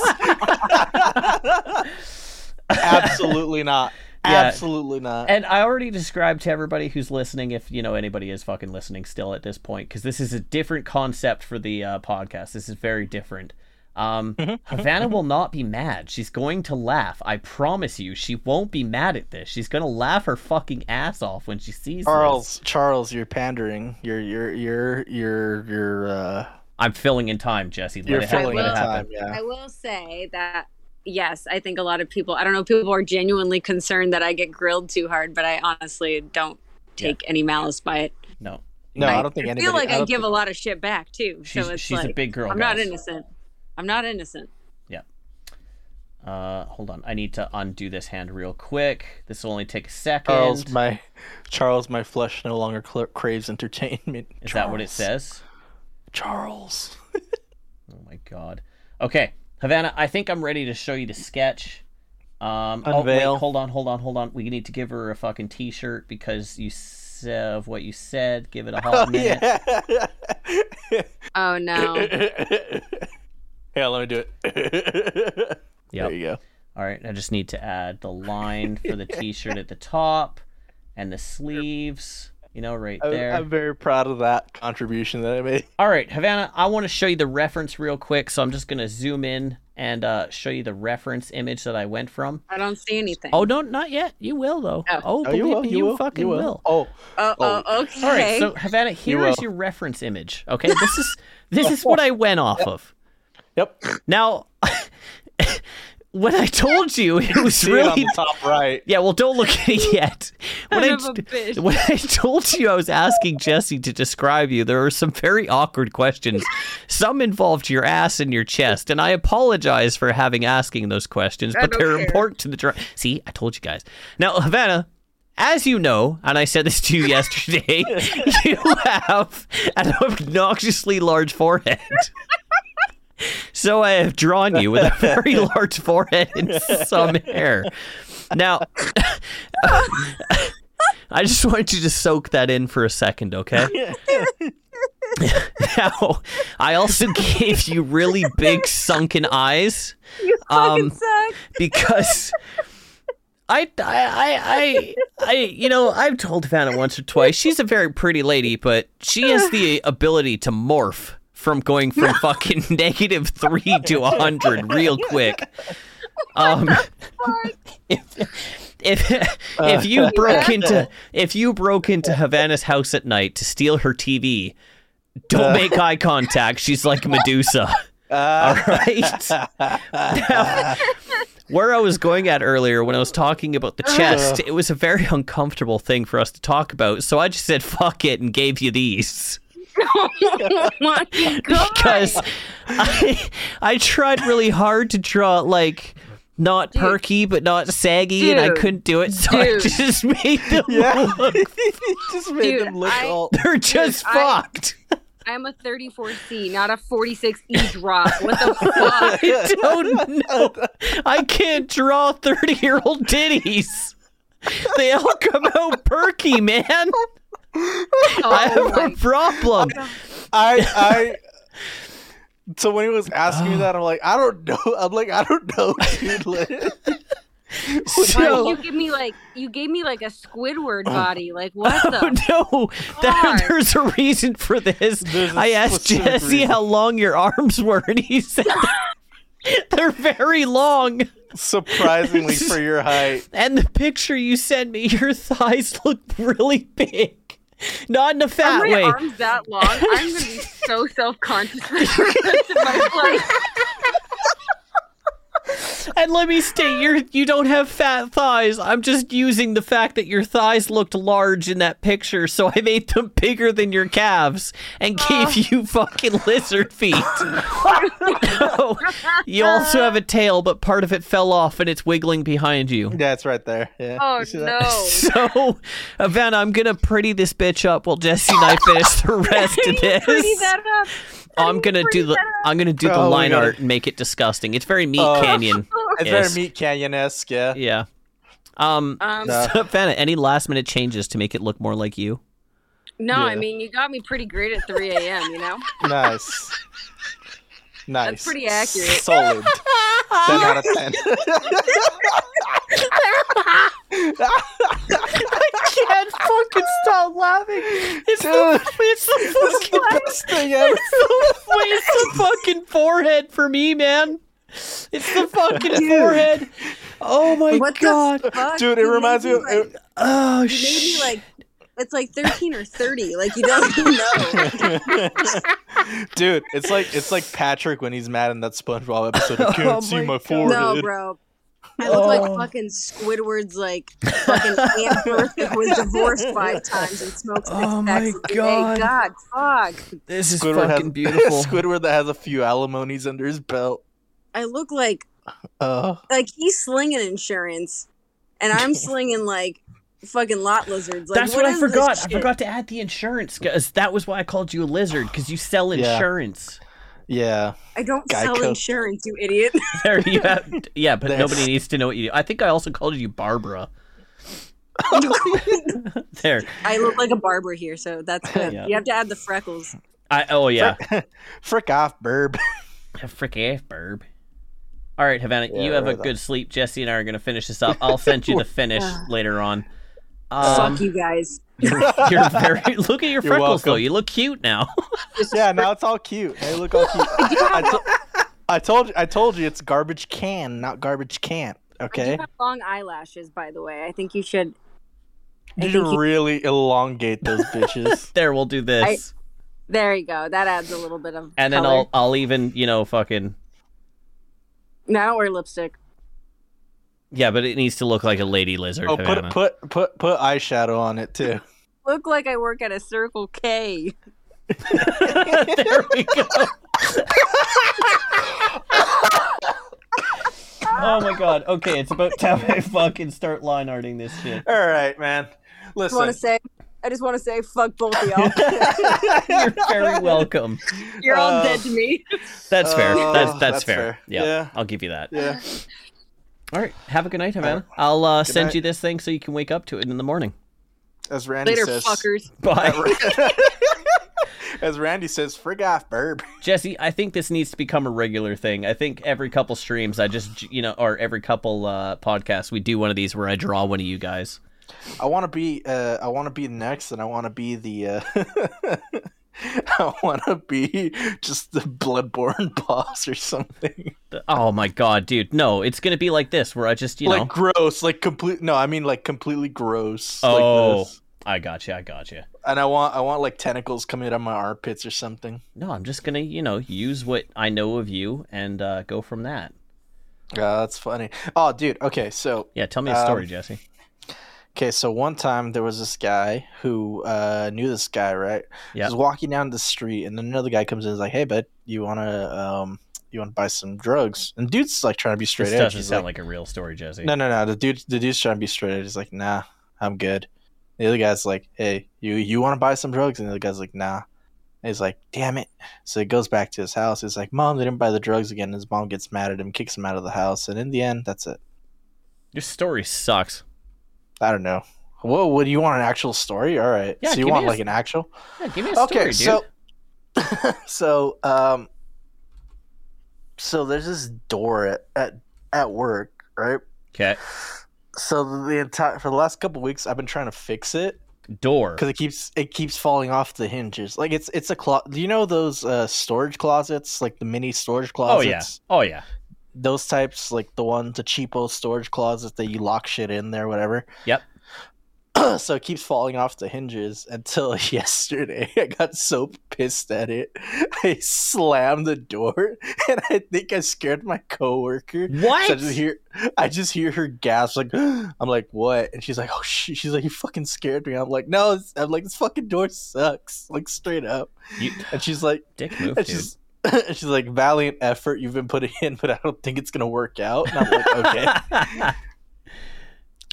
B: hilarious. Absolutely not.
A: Yeah.
B: Absolutely not.
A: And I already described to everybody who's listening, if you know anybody is fucking listening still at this point, because this is a different concept for the uh, podcast. This is very different. Um, Havana will not be mad. She's going to laugh. I promise you, she won't be mad at this. She's gonna laugh her fucking ass off when she sees this.
B: Charles, Charles, you're pandering. You're you're you're you're you're uh
A: I'm filling in time, Jesse. Let
B: you're
A: it happen.
B: filling in
A: Let it
C: will.
A: happen.
B: time, yeah.
C: I will say that yes, I think a lot of people. I don't know. if People are genuinely concerned that I get grilled too hard, but I honestly don't take any malice by it.
A: No,
B: No,
C: I
B: I don't think
C: I
B: anybody
C: feel like I,
B: don't
C: give
B: think-
C: a lot of shit back too.
A: she's
C: so it's
A: she's
C: like
A: a big girl.
C: I'm not
A: guys.
C: innocent. I'm not innocent.
A: Uh, hold on. I need to undo this hand real quick. This will only take a second.
B: Charles, my Charles, my flesh no longer cl- craves entertainment.
A: Is that what it
B: Charles.
A: says?
B: Charles.
A: Oh my god. Okay, Havana, I think I'm ready to show you the sketch. Um, oh, wait,
B: Unveil.
A: hold on, hold on, hold on. We need to give her a fucking t-shirt because you s- of what you said. Give it a hot minute.
C: Oh no.
B: yeah, let me do it.
A: Yep.
B: There you go.
A: All right, I just need to add the line for the t-shirt at the top and the sleeves. You know, right
B: I'm,
A: there.
B: I'm very proud of that contribution that I made.
A: All right, Havana, I want to show you the reference real quick, so I'm just gonna zoom in and uh, show you the reference image that I went from.
C: I don't see anything.
A: Oh no, not yet. You will though.
C: Oh.
A: Oh, believe me, you, fucking will.
B: Oh,
C: Oh,
B: oh.
C: oh, okay.
A: All right, so Havana, here is
B: will.
A: your reference image. Okay, this is this is what I went off of.
B: yep.
A: Now, when I told you it was
B: See it on
A: really
B: the top right.
A: yeah, well, don't look at it yet. When
C: Son
A: I,
C: of a bitch.
A: when I told you I was asking Jesse to describe you, there were some very awkward questions. Some involved your ass and your chest, and I apologize for having asking those questions, but
C: don't
A: they're
C: care.
A: important to the drawing. See, I told you guys. Now, Havana, as you know, and I said this to you yesterday, you have an obnoxiously large forehead. So I have drawn you with a very large forehead and some hair. Now, I just wanted you to soak that in for a second, okay?
B: Uh,
A: now, I also gave you really big sunken eyes
C: you
A: um,
C: fucking suck.
A: because I, I, I, I, I, you know, I've told Vanna once or twice. She's a very pretty lady, but she has the ability to morph from going from fucking negative three to a hundred real quick. Um, if if if you broke into if you broke into Havana's house at night to steal her TV, Don't make eye contact. She's like Medusa. All right. Now, where I was going at earlier when I was talking about the chest, it was a very uncomfortable thing for us to talk about. So I just said, fuck it, and gave you these.
C: oh my God.
A: because I, I tried really hard to draw like not perky but not saggy and I
C: Dude.
A: couldn't do it so I
C: Dude.
A: just made them
B: yeah,
A: look
B: just made
C: Dude,
B: them look
C: I-
B: all.
A: they're just
C: I-
A: fucked.
C: I'm a 34C, not a 46E drop. What the fuck?
A: I don't know. I can't draw 30 year old titties. They all come out perky, man. I
C: Oh
A: have
C: my
A: a problem.
B: I I. So when he was
A: Oh.
B: asking me that, I'm like, I don't know. I'm like, I don't know, dude. Like,
C: Like,
A: So,
C: you give me like you gave me like a Squidward body. Like what
A: oh
C: the?
A: no, there,
C: God.
A: there's a reason for this.
B: There's a
A: I asked
B: specific
A: Jesse
B: reason.
A: how long your arms were, and he said they're very long.
B: surprisingly for your height.
A: And the picture you sent me, your thighs look really big. Not in a
C: Are
A: fat
C: my
A: way.
C: arms that long? I'm gonna be so self conscious for the rest of my life.
A: And let me state, you you don't have fat thighs. I'm just using the fact that your thighs looked large in that picture, so I made them bigger than your calves and
C: Uh.
A: gave you fucking lizard feet. So, you also have a tail, but part of it fell off and it's wiggling behind you.
B: Yeah, it's right there. Yeah.
C: Oh
B: You see that?
C: no!
A: So, Havana, I'm gonna pretty this bitch up while Jesse and I finish the rest
C: How do
A: of
C: you pretty
A: this.
C: that up? How
A: I'm
C: you
A: gonna
C: pretty
A: do the
C: that up?
A: I'm gonna do the
B: Oh, we
A: line
B: gotta-
A: art and make it disgusting. It's very meat
B: Oh.
A: canyon.
B: It's
A: Yes.
B: very meat canyon esque. Yeah.
A: Yeah. Um,
C: Um,
B: No.
A: so, Fana, any last minute changes to make it look more like you?
C: no, I
B: Yeah.
C: mean you got me pretty great at 3 a.m. You know,
B: Nice. Nice.
C: pretty accurate.
B: Solid. 10 out of 10.
A: Can't fucking stop laughing. It's
B: the-
A: it's
B: This is the best thing ever.
A: it's the fucking forehead for me, man. It's the fucking forehead. Oh my
C: What the
A: god.
C: fuck?
B: Dude, it
C: You made
B: reminds me
C: me
B: of.
C: like-
B: it-
A: Oh
C: you made me
A: shit.
C: like it's like 13 or 30. Like you don't even know.
B: Dude, it's like it's like Patrick when he's mad in that SpongeBob episode. I can't
A: Oh
B: see
A: my
B: my
A: God.
B: forehead.
C: No, bro. I look like
A: Oh.
C: fucking Squidward's like fucking aunt Bertha that was divorced five times and smokes six
A: Oh my
C: packs a day.
A: God.
C: God, fuck.
A: this is
B: Squidward
A: fucking
B: has
A: beautiful.
B: Squidward that has a few alimonies under his belt.
C: I look like
B: Uh,
C: like he's slinging insurance, and I'm slinging like fucking lot lizards. Like,
A: That's what, I
C: is this
A: forgot. I
C: shit?
A: forgot to add the insurance because that was why I called you a lizard because you sell
B: Yeah.
A: insurance.
B: yeah.
C: I don't sell
B: Geico.
C: insurance, you idiot.
A: There you have. Yeah, but
B: There.
A: nobody needs to know what you do. I think I also called you Barbara. there.
C: I look like a barber here, so that's good.
A: Yeah.
C: You have to add the freckles.
A: I. Oh yeah.
B: Frick off, burb.
A: Frick ass, burb. All right, Havana,
B: Yeah,
A: you have a
B: right on.
A: good sleep. Jesse and I are going to finish this up. I'll send you the finish later on. Um,
C: Fuck you guys.
A: you're very. Look at your freckles, though.
B: welcome.
A: You look cute now.
B: Yeah, now it's all cute. They look all cute. I, to- I told you, I told you, it's garbage can, not garbage can't.
C: I
B: Okay,
C: do have long eyelashes, by the way. I think you should. I
B: you
C: think
B: should really elongate those bitches.
A: there, we'll do this,
C: There you go. That adds a little bit of.
A: and then
C: color.
A: I'll I'll even you know fucking
C: No, I don't wear lipstick.
A: yeah, but it needs to look like a lady lizard.
B: oh, put
A: Havana.
B: put put put eyeshadow on it too.
C: Look like I work at a Circle K.
A: there we go. oh my god. Okay, it's about time I fucking start line arting this shit.
B: All right, man.
C: I just
B: Listen,
C: want to say, I just want to say, fuck both of y'all.
A: You're very welcome.
C: You're all
B: Uh,
C: dead to me.
A: That's fair.
B: Oh,
A: That's that's,
B: that's
A: fair.
B: fair.
A: Yeah,
B: Yeah.
A: I'll give you that.
B: yeah.
A: All right. Have a good night, Havana.
B: Alright.
A: I'll uh,
B: Good
A: send
B: night.
A: you this thing so you can wake up to it in the morning.
B: As Randy
C: Later,
B: says,
C: fuckers.
A: Bye.
B: As Randy says, frig off, burb.
A: Jesse, I think this needs to become a regular thing. I think every couple streams, I just, you know, or every couple uh, podcasts, we do one of these where I draw one of you guys.
B: I want to be, uh, I want to be next, and I want to be the. Uh, I want to be just the bloodborne boss or something.
A: Oh my god, dude. No, it's going to be like this where I just, you know.
B: like gross, like complete. No, I mean like completely gross.
A: Oh.
B: Like this.
A: I got you. I got you.
B: And I want I want like tentacles coming out of my armpits or something.
A: No, I'm just gonna you know use what I know of you and uh, go from that.
B: Uh, that's funny. Oh, dude. Okay, so
A: Yeah, tell me a
B: Um,
A: story, Jesse.
B: Okay, so one time there was this guy who uh, knew this guy, right?
A: Yeah.
B: He's walking down the street, and then another guy comes in, and is like, "Hey, bud, you wanna um, you wanna buy some drugs?" And dude's like trying to be straight
A: This
B: edge.
A: doesn't
B: He's
A: sound like, a real story, Jesse.
B: no, no, no. The dude, the dude's trying to be straight edge. He's like, "Nah, I'm good." The other guy's like, "Hey, you you wanna buy some drugs?" And the other guy's like, "Nah." And he's like, "Damn it!" So he goes back to his house. He's like, "Mom, they didn't buy the drugs again." And his mom gets mad at him, kicks him out of the house, and in the end, that's it.
A: Your story sucks.
B: I don't know. Whoa, what do you want an actual story? All right.
A: Yeah,
B: so
A: give
B: you
A: me
B: want
A: a-
B: like an actual?
A: Yeah, give me a story,
B: Okay,
A: dude.
B: so so um so there's this door at, at at work, right?
A: okay,
B: So the entire for the last couple weeks I've been trying to fix it
A: door.
B: cuz it keeps it keeps falling off the hinges. Like it's it's a clo- do you know those uh storage closets, like the mini storage
A: Oh
B: closets?
A: yeah. Oh yeah.
B: those types, like the ones, the cheapo storage closets that you lock shit in there, whatever.
A: Yep.
B: so it keeps falling off the hinges until yesterday. I got so pissed at it. I slammed the door and I think I scared my coworker. So I
A: What?
B: just hear, I just hear her gasp like, I'm like, what? And she's like, oh shit. She's like, you fucking scared me. I'm like, no. It's, I'm like, this fucking door sucks. Like straight up.
A: You,
B: And she's like,
A: dick move, dude.
B: and she's, and she's like, valiant effort you've been putting in, but I don't think it's gonna work out. And I'm like, okay.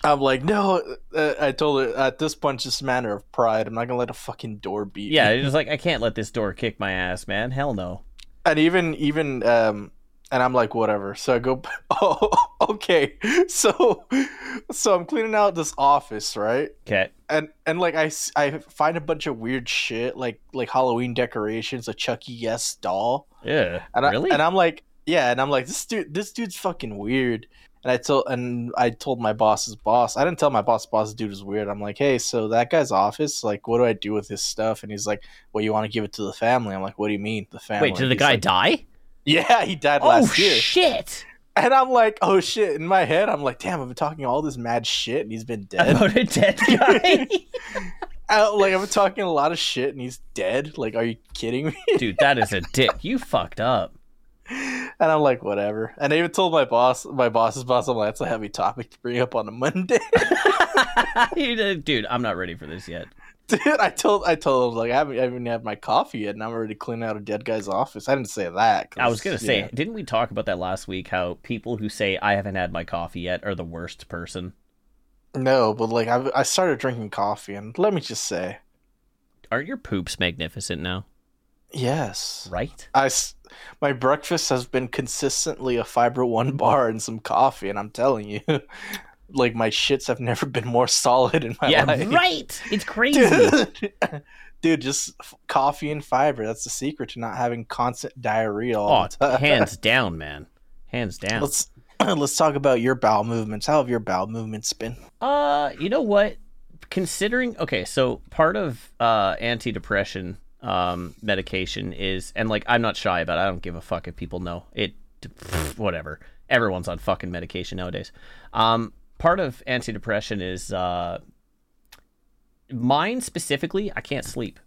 B: I'm like, no. Uh, I told her at this point, it's just a matter of pride. I'm not gonna let a fucking door beat.
A: yeah,
B: me.
A: it's just like I can't let this door kick my ass, man. Hell no.
B: And even even um, and I'm like, whatever. So I go, oh, okay. So, so I'm cleaning out this office, right?
A: Okay.
B: and and like I, s- I find a bunch of weird shit like like Halloween decorations, a Chucky E. S doll,
A: Yeah.
B: and I,
A: really?
B: and I'm like, yeah, and I'm like, this dude, this dude's fucking weird. And I told and I told my boss's boss. I didn't tell my boss's boss. Dude is weird. I'm like, hey, so that guy's office. Like, what do I do with his stuff? And he's like, well, you want to give it to the family. I'm like, what do you mean, the family?
A: Wait, did the
B: He's
A: guy
B: like,
A: die?
B: yeah, he died
A: Oh
B: last year.
A: shit!
B: and I'm like, oh shit. In my head, I'm like, damn, I've been talking all this mad shit, and he's been dead.
A: About a dead guy.
B: I, like I'm talking a lot of shit and he's dead. Like, are you kidding me?
A: dude, that is a dick. You fucked up.
B: And I'm like, whatever. And I even told my boss, my boss's boss, I'm like, that's a heavy topic to bring up on a Monday.
A: You did- dude, I'm not ready for this yet.
B: Dude, I told, I told him like, I haven't, I haven't had my coffee yet, and I'm already cleaning out a dead guy's office. I didn't say that. 'cause,
A: I was gonna say,
B: yeah.
A: didn't we talk about that last week? How people who say I haven't had my coffee yet are the worst person.
B: no, but like, I, I started drinking coffee, and let me just say,
A: Aren't your poops magnificent now?
B: yes,
A: Right?
B: I, s- my breakfast has been consistently a fiber one bar and some coffee, and I'm telling you, like, my shits have never been more solid in my
A: yeah,
B: life.
A: right. It's crazy.
B: dude, dude just f- coffee and fiber that's the secret to not having constant diarrhea all
A: Oh,
B: the time
A: hands down, man. Hands down.
B: let's let's talk about your bowel movements how have your bowel movements been
A: Uh, you know what? Considering okay, so part of uh antidepressant um medication is and like I'm not shy about it. I don't give a fuck if people know. It pff, whatever. Everyone's on fucking medication nowadays. Um part of antidepressant is uh mine specifically, I can't sleep.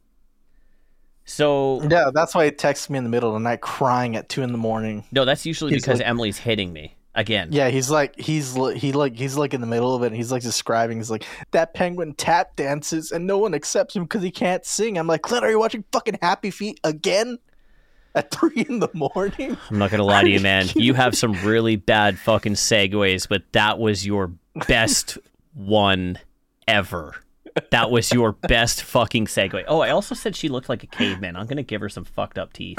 A: So
B: yeah that's why he texts me in the middle of the night crying at two in the morning
A: no, that's usually
B: He's
A: because
B: like-
A: Emily's hitting me again.
B: yeah he's like he's li- he like he's like in the middle of it and he's like describing he's like that penguin tap dances and no one accepts him because he can't sing i'm like clint are you watching fucking happy feet again at three in the morning
A: I'm not gonna lie to you, man. You have some really bad fucking segues, but that was your best one ever. That was your best fucking segue. Oh, I also said she looked like a caveman. I'm gonna give her some fucked up teeth.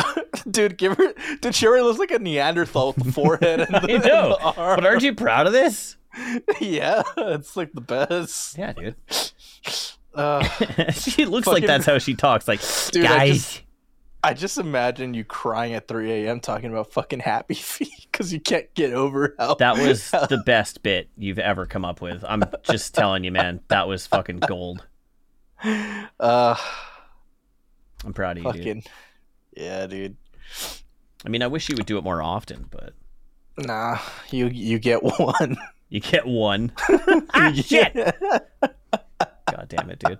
B: Dude, give her. Dude, she already looks like a Neanderthal with the forehead and the,
A: You
B: and
A: know,
B: the arm.
A: but aren't you proud of this?
B: yeah, it's like the best.
A: Yeah, dude.
B: Uh,
A: she looks like
B: Fucking-
A: that's how she talks. Like,
B: Dude, I
A: guys,
B: just- I just imagine you crying at 3 a.m. talking about fucking Happy Feet because you can't get over how
A: that was the best bit you've ever come up with. I'm just telling you, man. That was fucking gold.
B: uh
A: I'm proud of you, dude.
B: fucking yeah, dude.
A: I mean, I wish you would do it more often, but
B: Nah, you you get one.
A: you get one. ah,
B: You
A: shit.
B: get-
A: God damn it, dude.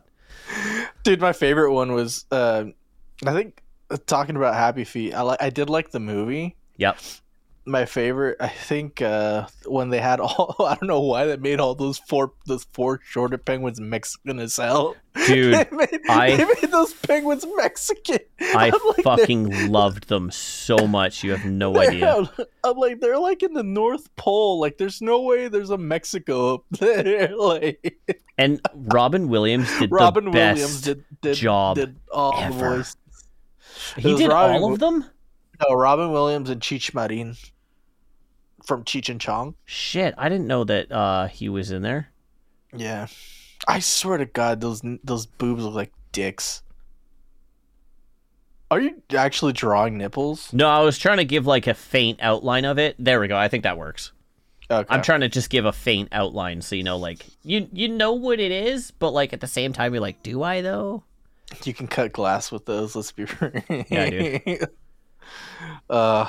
B: Dude, my favorite one was uh, I think uh, talking about Happy Feet. I like I did like the movie.
A: Yep.
B: My favorite, I think, uh, when they had all I don't know why they made all those four those four shorter penguins Mexican as hell.
A: Dude,
B: they, made,
A: I-
B: they made those penguins Mexican.
A: I
B: I'm like, they're-
A: fucking loved them so much. You have no
B: they're
A: idea.
B: out- I'm like they're like in the North Pole. Like there's no way there's a Mexico up there. like
A: And Robin Williams did
B: Robin
A: the best.
B: Williams did, did
A: job
B: did all the
A: ever.
B: voices. It
A: he
B: was
A: did
B: Robin
A: all of them.
B: No, Robin Williams and Cheech Marin from Cheech and Chong.
A: Shit, I didn't know that uh, he was in there.
B: Yeah, I swear to God, those those boobs look like dicks. Are you actually drawing nipples?
A: No, I was trying to give like a faint outline of it. There we go. I think that works.
B: Okay.
A: I'm trying to just give a faint outline so you know like you you know what it is, but like at the same time you're like, do I though?
B: you can cut glass with those. Let's be
A: Yeah,
B: dude. uh,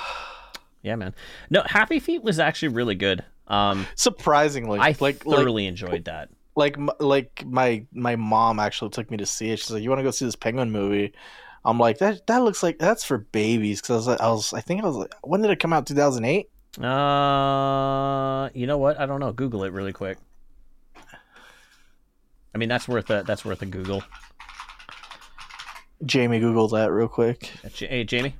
A: Yeah, man. No, Happy Feet was actually really good. Um
B: surprisingly,
A: I
B: like like
A: thoroughly enjoyed that.
B: like m- like my my mom actually took me to see it. She's like, "You want to go see this penguin movie?" I'm like, "That that looks like that's for babies." Because I was like, I was I think I was like, when did it come out? 2008.
A: Uh, you know what? I don't know. Google it really quick. I mean, that's worth a that's worth a Google.
B: Jamie, Google that real quick.
A: Uh, J- Hey, Jamie.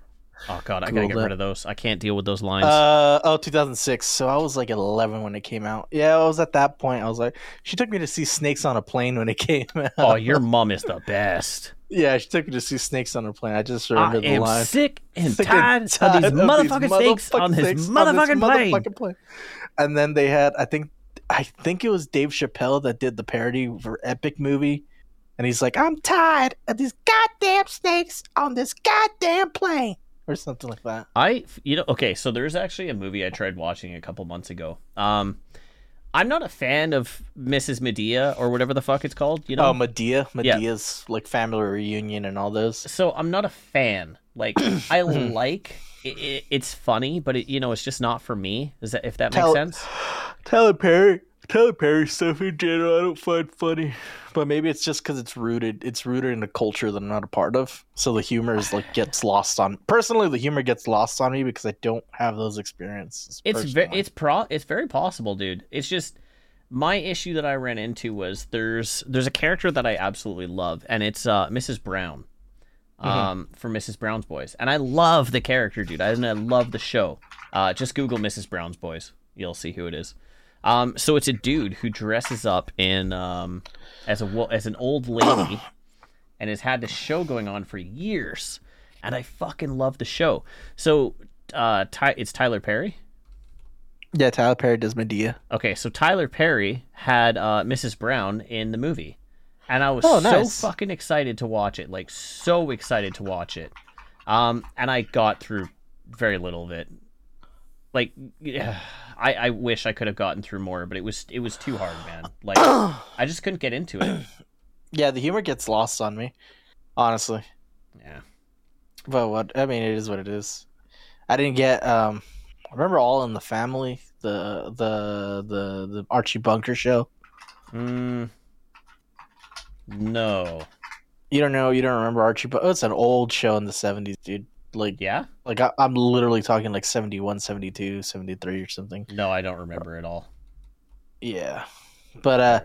A: Oh God, I gotta
B: Google
A: get
B: that.
A: rid of those. I can't deal with those lines.
B: Uh oh, 2006. So I was like 11 when it came out. Yeah, I was at that point. I was like, she took me to see Snakes on a Plane when it came out.
A: oh, your mom is the best.
B: yeah, she took me to see Snakes on a Plane. I just
A: I
B: remember the
A: am
B: line.
A: sick and
B: Sick
A: tired,
B: and
A: of
B: tired
A: these motherfucking snakes on
B: motherfucking
A: this
B: snakes
A: motherfucking plane.
B: motherfucking plane. And then they had, I think, I think it was Dave Chappelle that did the parody for Epic Movie, and he's like, "I'm tired of these goddamn snakes on this goddamn plane," or something like that.
A: I, you know, okay, so there's actually a movie I tried watching a couple months ago. Um, I'm not a fan of Mrs. Medea or whatever the fuck it's called. You know,
B: Oh, Medea,
A: Yeah.
B: Medea's like family reunion and all those.
A: so I'm not a fan. Like I like it, it, it's funny, but it, you know it's just not for me. Is that if that makes
B: Tell-
A: sense?
B: Tyler Perry, Tyler Perry stuff in general, I don't find funny. But maybe it's just because it's rooted, it's rooted in a culture that I'm not a part of. So the humor is like gets lost on. Personally, the humor gets lost on me because I don't have those experiences.
A: It's very
B: personally.
A: it's pro it's very possible, dude. It's just my issue that I ran into was there's there's a character that I absolutely love, and it's uh, Mrs. Brown, um, from Mrs. Brown's Boys, and I love the character, dude. I and I love the show. Uh, just Google Mrs. Brown's Boys, you'll see who it is. Um, so it's a dude who dresses up in um, as a wo- as an old lady, and has had this show going on for years, and I fucking love the show. So uh, Ty- it's Tyler Perry.
B: yeah. Tyler Perry does Medea.
A: Okay, so Tyler Perry had uh, Mrs. Brown in the movie, and I was
B: Oh, nice.
A: so fucking excited to watch it, like so excited to watch it. Um, and I got through very little of it. Like, yeah, I I wish I could have gotten through more, but it was it was too hard, man. Like, I just couldn't get into it.
B: Yeah, the humor gets lost on me, honestly.
A: Yeah.
B: But what I mean, it is what it is. I didn't get. um Remember All in the Family, the the the the Archie Bunker show.
A: Mm, no.
B: You don't know. You don't remember Archie, but oh, it's an old show in the '70s, dude. Like
A: Yeah.
B: Like I, I'm literally talking like 71, 72, 73 or something.
A: No, I don't remember at all.
B: Yeah. But uh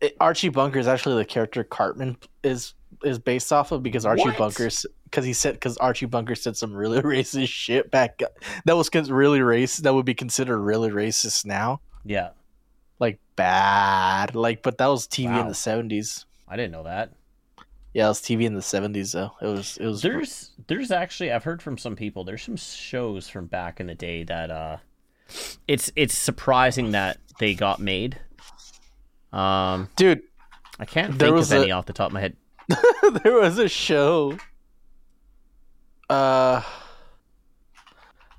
B: it, Archie Bunker is actually the character Cartman is is based off of because Archie
A: What?
B: Bunker's because he said because Archie Bunker said some really racist shit back uh, that was cons- really racist that would be considered really racist now
A: Yeah,
B: like bad like but that was TV in
A: Wow.
B: the 70s
A: I didn't know that.
B: yeah it was TV in the 70s though it was it was
A: there's there's actually I've heard from some people there's some shows from back in the day that uh it's it's surprising that they got made. Um
B: dude
A: I can't
B: There
A: think of
B: was a-
A: any off the top of my head.
B: there was a show. Uh,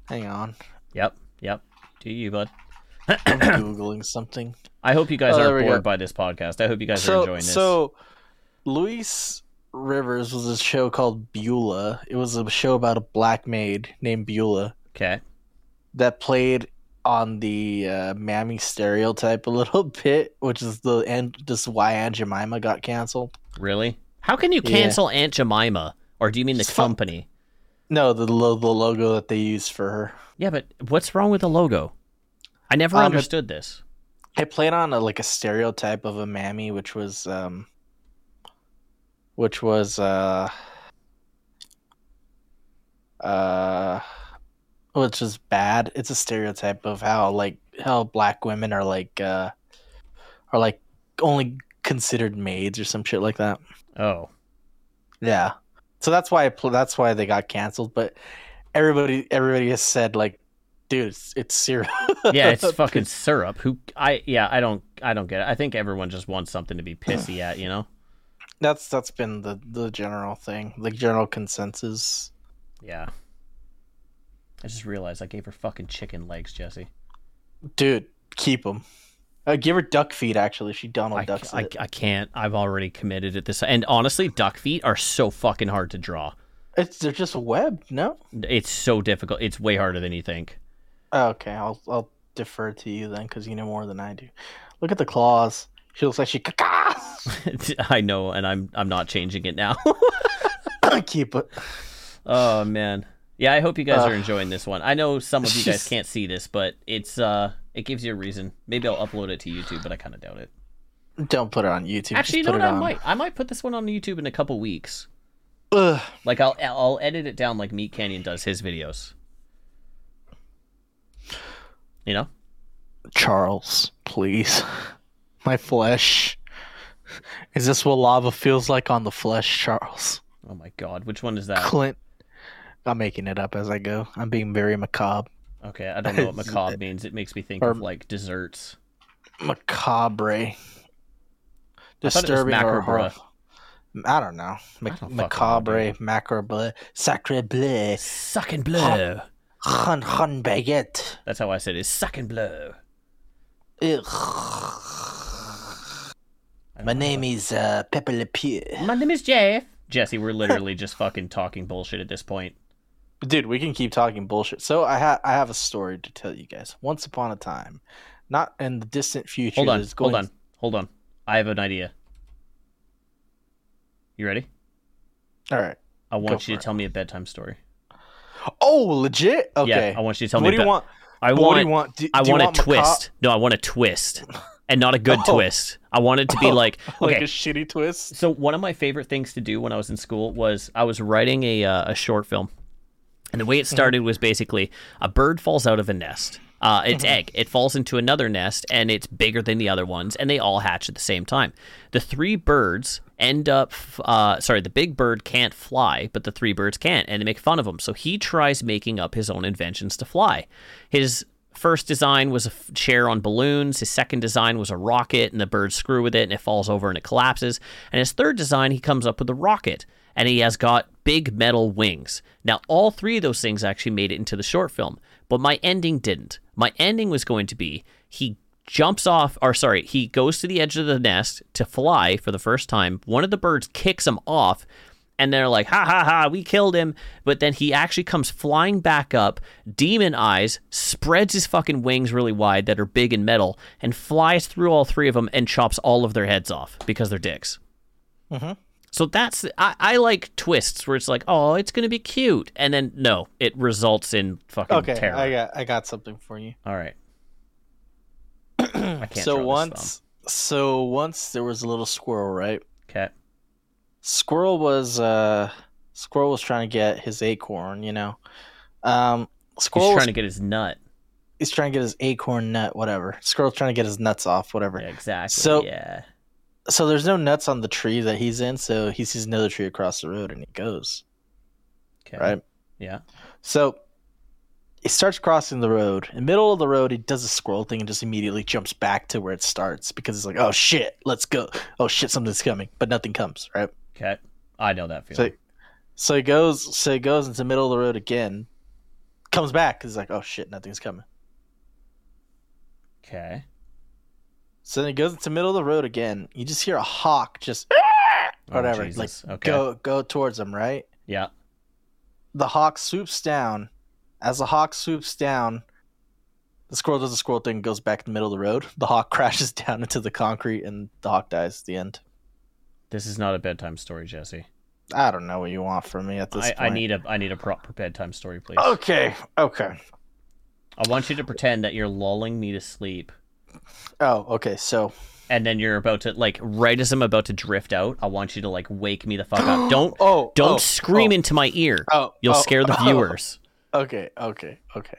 B: hang on,
A: Yep, yep. Do you bud?
B: I'm googling something.
A: I hope you guys
B: Oh, there
A: aren't
B: we go.
A: bored by this podcast. I hope you guys are
B: so,
A: enjoying this.
B: so Luis Rivers was a show called Beulah. It was a show about a black maid named Beulah
A: okay.
B: that played on the uh, mammy stereotype a little bit, which is the and this is why Aunt Jemima got canceled.
A: Really? How can you cancel Aunt Jemima? Or do you mean the
B: Just fuck-
A: company?
B: No, the lo- the logo that they used for her.
A: Yeah, but what's wrong with the logo? I never
B: Um, it-
A: understood this.
B: I played on a, like a stereotype of a mammy, which was um, which was uh, uh, which is bad. It's a stereotype of how like how black women are like uh, are like only considered maids or some shit like that.
A: Oh,
B: Yeah. So that's why I pl- that's why they got canceled. But everybody everybody has said like, dude, it's, it's syrup.
A: yeah, it's fucking syrup. Who? I yeah, I don't, I don't get it. I think everyone just wants something to be pissy at, you know?
B: That's that's been the the general thing, the general consensus.
A: Yeah. I just realized I gave her fucking chicken legs, Jesse.
B: Dude, keep them. Uh, give her duck feet. Actually, she Donald
A: I,
B: ducks
A: I,
B: Oh, it.
A: I can't. I've already committed at this. And honestly, duck feet are so fucking hard to draw.
B: It's they're just a web. No.
A: It's so difficult. It's way harder than you think.
B: Oh, okay, I'll I'll defer to you then, because you know more than I do. Look at the claws. She looks like she.
A: I know, and I'm I'm not changing it now.
B: keep it.
A: oh man, yeah. I hope you guys
B: Uh,
A: are enjoying this one. I know some of you guys
B: she's-
A: can't see this, but it's uh, it gives you a reason. Maybe I'll upload it to YouTube, but I kind of doubt it.
B: Don't put it on YouTube.
A: Actually, you
B: just
A: know
B: put
A: what?
B: it
A: I
B: on.
A: might I might put this one on YouTube in a couple weeks.
B: Ugh.
A: Like I'll I'll edit it down like Meat Canyon does his videos. You know.
B: Charles, please. My flesh. Is this what lava feels like on the flesh, Charles?
A: Oh my God, which one is that?
B: Clint. I'm making it up as I go. I'm being very macabre.
A: Okay, I don't know what macabre means. It makes me think
B: Or-
A: of like desserts. I
B: Macabre.
A: thought it was
B: Disturbing or
A: macabre.
B: horrible. I don't know.
A: I
B: Mac-
A: don't fucking know,
B: macabre, macabre, sacre bleu,
A: Suck and blow.
B: hun hun baguette.
A: That's how I said it. Suck and blow.
B: Ugh.
A: I
B: My
A: don't know.
B: name is uh, Pepe Le Pew.
A: My name is Jeff. Jesse, we're literally just fucking talking bullshit at this point.
B: dude we can keep talking bullshit so i ha- i have a story to tell you guys once upon a time not in the distant future
A: Hold on,
B: there's
A: hold
B: going-
A: on, hold on. I have an idea. You ready?
B: all right
A: I want
B: for
A: you to
B: it.
A: tell me a bedtime story.
B: oh legit okay
A: Yeah, I want you to tell
B: what
A: me.
B: do
A: a
B: you
A: bed-
B: want
A: I
B: what
A: want.
B: do you want do,
A: I
B: do you
A: want, a
B: macabre-
A: twist. No, I want a twist, and not a good
B: Oh.
A: twist. I want it to be like
B: like
A: okay.
B: a shitty twist
A: so one of my favorite things to do when I was in school was I was writing a uh, a short film, and the way it started was basically a bird falls out of a nest. Uh, its egg. It falls into another nest, and it's bigger than the other ones, and they all hatch at the same time. The three birds end up. f- Uh, sorry, the big bird can't fly, but the three birds can't, and they make fun of him. So he tries making up his own inventions to fly. His first design was a f- chair on balloons. His second design was a rocket, and the birds screw with it, and it falls over and it collapses. And his third design, he comes up with a rocket, and he has got big metal wings. Now, all three of those things actually made it into the short film, but my ending didn't. My ending was going to be he jumps off, or sorry, he goes to the edge of the nest to fly for the first time. One of the birds kicks him off, and they're like, ha ha ha, we killed him. But then he actually comes flying back up, demon eyes, spreads his fucking wings really wide that are big and metal, and flies through all three of them and chops all of their heads off because they're dicks.
B: Mhm.
A: So that's, I, I like twists where it's like, oh, it's going to be cute. And then no, it results in fucking
B: okay
A: terror.
B: i got i got something for you
A: all right. I can't
B: so
A: draw this
B: once so once there was a little squirrel right
A: thumb. Okay.
B: Squirrel was uh Squirrel was trying to get his acorn, you know. Um
A: He's
B: Squirrel was-
A: trying to get his nut.
B: he's trying to get his acorn nut, whatever. Squirrel's trying to get his nuts off, whatever.
A: Yeah, exactly.
B: So-
A: yeah.
B: So there's no nuts on the tree that he's in, so he sees another tree across the road and he goes.
A: Okay.
B: Right.
A: Yeah.
B: So he starts crossing the road. In the middle of the road, he does a squirrel thing and just immediately jumps back to where it starts because it's like, oh shit, let's go. Oh shit, something's coming, but nothing comes, right?
A: Okay. I know that
B: So,
A: feeling.
B: so he goes. So he goes into the middle of the road again. Comes back. 'cause He's like, "Oh shit, nothing's coming."
A: okay.
B: So then he goes into the middle of the road again. You just hear a hawk just
A: Oh,
B: whatever, like,
A: Jesus. okay.
B: go go towards him. Right.
A: Yeah.
B: The hawk swoops down. As the hawk swoops down, the squirrel does a squirrel thing, and goes back in the middle of the road. The hawk crashes down into the concrete, and the hawk dies. At the end.
A: This is not a bedtime story, Jesse.
B: I don't know what you want from me at this
A: I,
B: point.
A: I need a I need a proper bedtime story, please.
B: Okay. Okay.
A: I want you to pretend that you're lulling me to sleep,
B: Oh, okay. So
A: and then you're about to like right as I'm about to drift out. I want you to like wake me the fuck up. Don't
B: Oh,
A: don't
B: oh,
A: scream
B: oh,
A: into my ear.
B: Oh,
A: You'll
B: oh,
A: scare the
B: oh.
A: viewers.
B: Okay, okay, okay.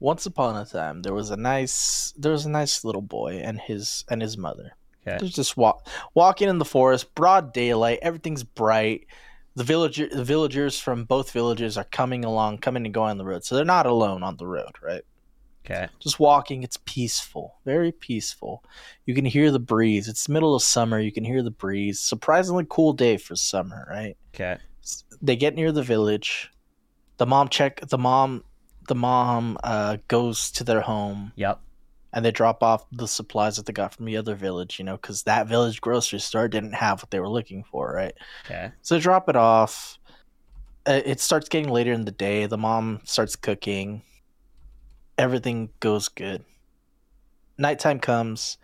B: Once upon a time, there was a nice there was a nice little boy and his and his mother.
A: Okay.
B: They're just walk, walking in the forest, broad daylight, everything's bright. The villager the villagers from both villages are coming along, coming and going on the road. So they're not alone on the road, right?
A: Okay.
B: Just walking, it's peaceful, very peaceful. You can hear the breeze. It's the middle of summer, you can hear the breeze. Surprisingly cool day for summer, right?
A: Okay.
B: they get near the village the mom check the mom the mom uh, goes to their home
A: Yep.
B: and they drop off the supplies that they got from the other village you know because that village grocery store didn't have what they were looking for right
A: Okay.
B: so they drop it off Uh, it starts getting later in the day the mom starts cooking everything goes good nighttime comes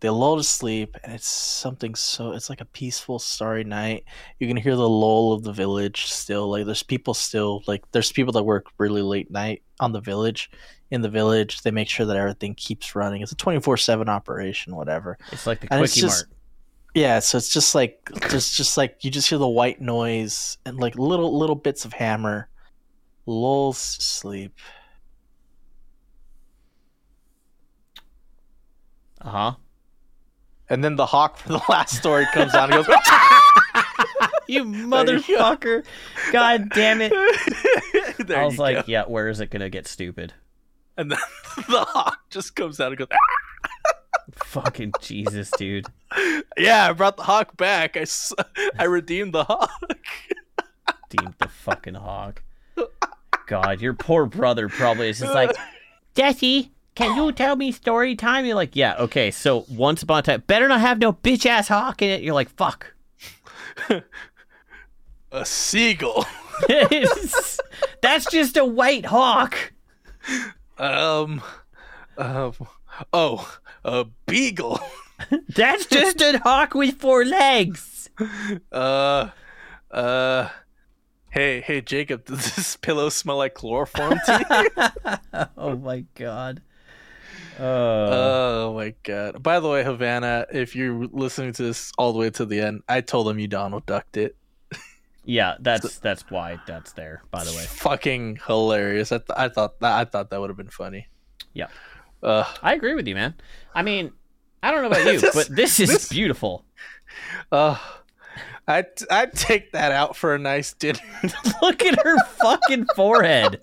B: they lull to sleep and it's something so it's like a peaceful starry night you can hear the lull of the village still like there's people still like there's people that work really late night on the village in the village they make sure that everything keeps running it's a 24-7 operation whatever
A: It's like the
B: And it's
A: quickie
B: just-
A: mart.
B: yeah so it's just like just just like you just hear the white noise and like little little bits of hammer lulls to sleep
A: Uh huh.
B: and then the hawk for the last story comes on and goes
A: you
B: There you go.
A: motherfucker. God damn it.
B: There
A: I was
B: you go.
A: like, yeah, where is it going to get stupid?
B: and then the hawk just comes out and goes
A: Fucking Jesus, dude.
B: yeah i brought the hawk back i, s- I redeemed the hawk
A: Deemed the fucking hog. God, your poor brother probably is just like, Jesse, can you tell me story time? You're like, yeah, okay, so once upon a time, better not have no bitch ass hawk in it. You're like, fuck.
B: a seagull
A: That's just a white hawk.
B: um um oh a beagle
A: That's just a hawk with four legs.
B: Uh, uh, hey, hey, Jacob, does this pillow smell like chloroform to you?
A: Oh my god. Uh,
B: oh my god. By the way, Havana, if you're listening to this all the way to the end, I told him you Donald ducked it.
A: yeah, that's that's why that's there. By the way,
B: Fucking hilarious. I, th- I thought that I thought that would have been funny.
A: Yeah.
B: Uh,
A: I agree with you, man. I mean, I don't know about you,
B: This-
A: but this is
B: this-
A: beautiful.
B: uh, I I'd take that out for a nice dinner.
A: Look at her fucking forehead.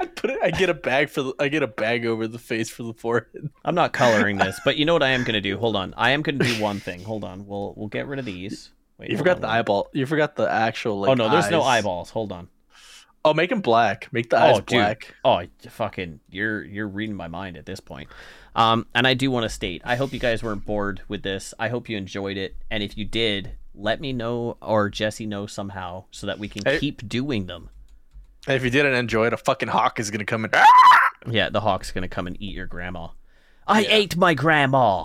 B: I'd put it. I get a bag for the, I get a bag over the face for the forehead.
A: I'm not coloring this, but you know what I am gonna do. Hold on, I am gonna do one thing. Hold on, we'll we'll get rid of these. Wait,
B: You
A: hold
B: forgot
A: on,
B: the
A: wait.
B: eyeball. You forgot the actual like.
A: oh no, there's no
B: eyes.
A: eyeballs. Hold on.
B: Oh, make them black. Make the eyes
A: oh,
B: black.
A: dude. Oh, y- fucking, you're you're reading my mind at this point. Um, and I do want to state, I hope you guys weren't bored with this. I hope you enjoyed it, and if you did, let me know or Jesse know somehow so that we can
B: Hey.
A: keep doing them.
B: And if you didn't enjoy it, a fucking hawk is gonna come and
A: Yeah, the hawk's gonna come and eat your grandma. I ate my grandma.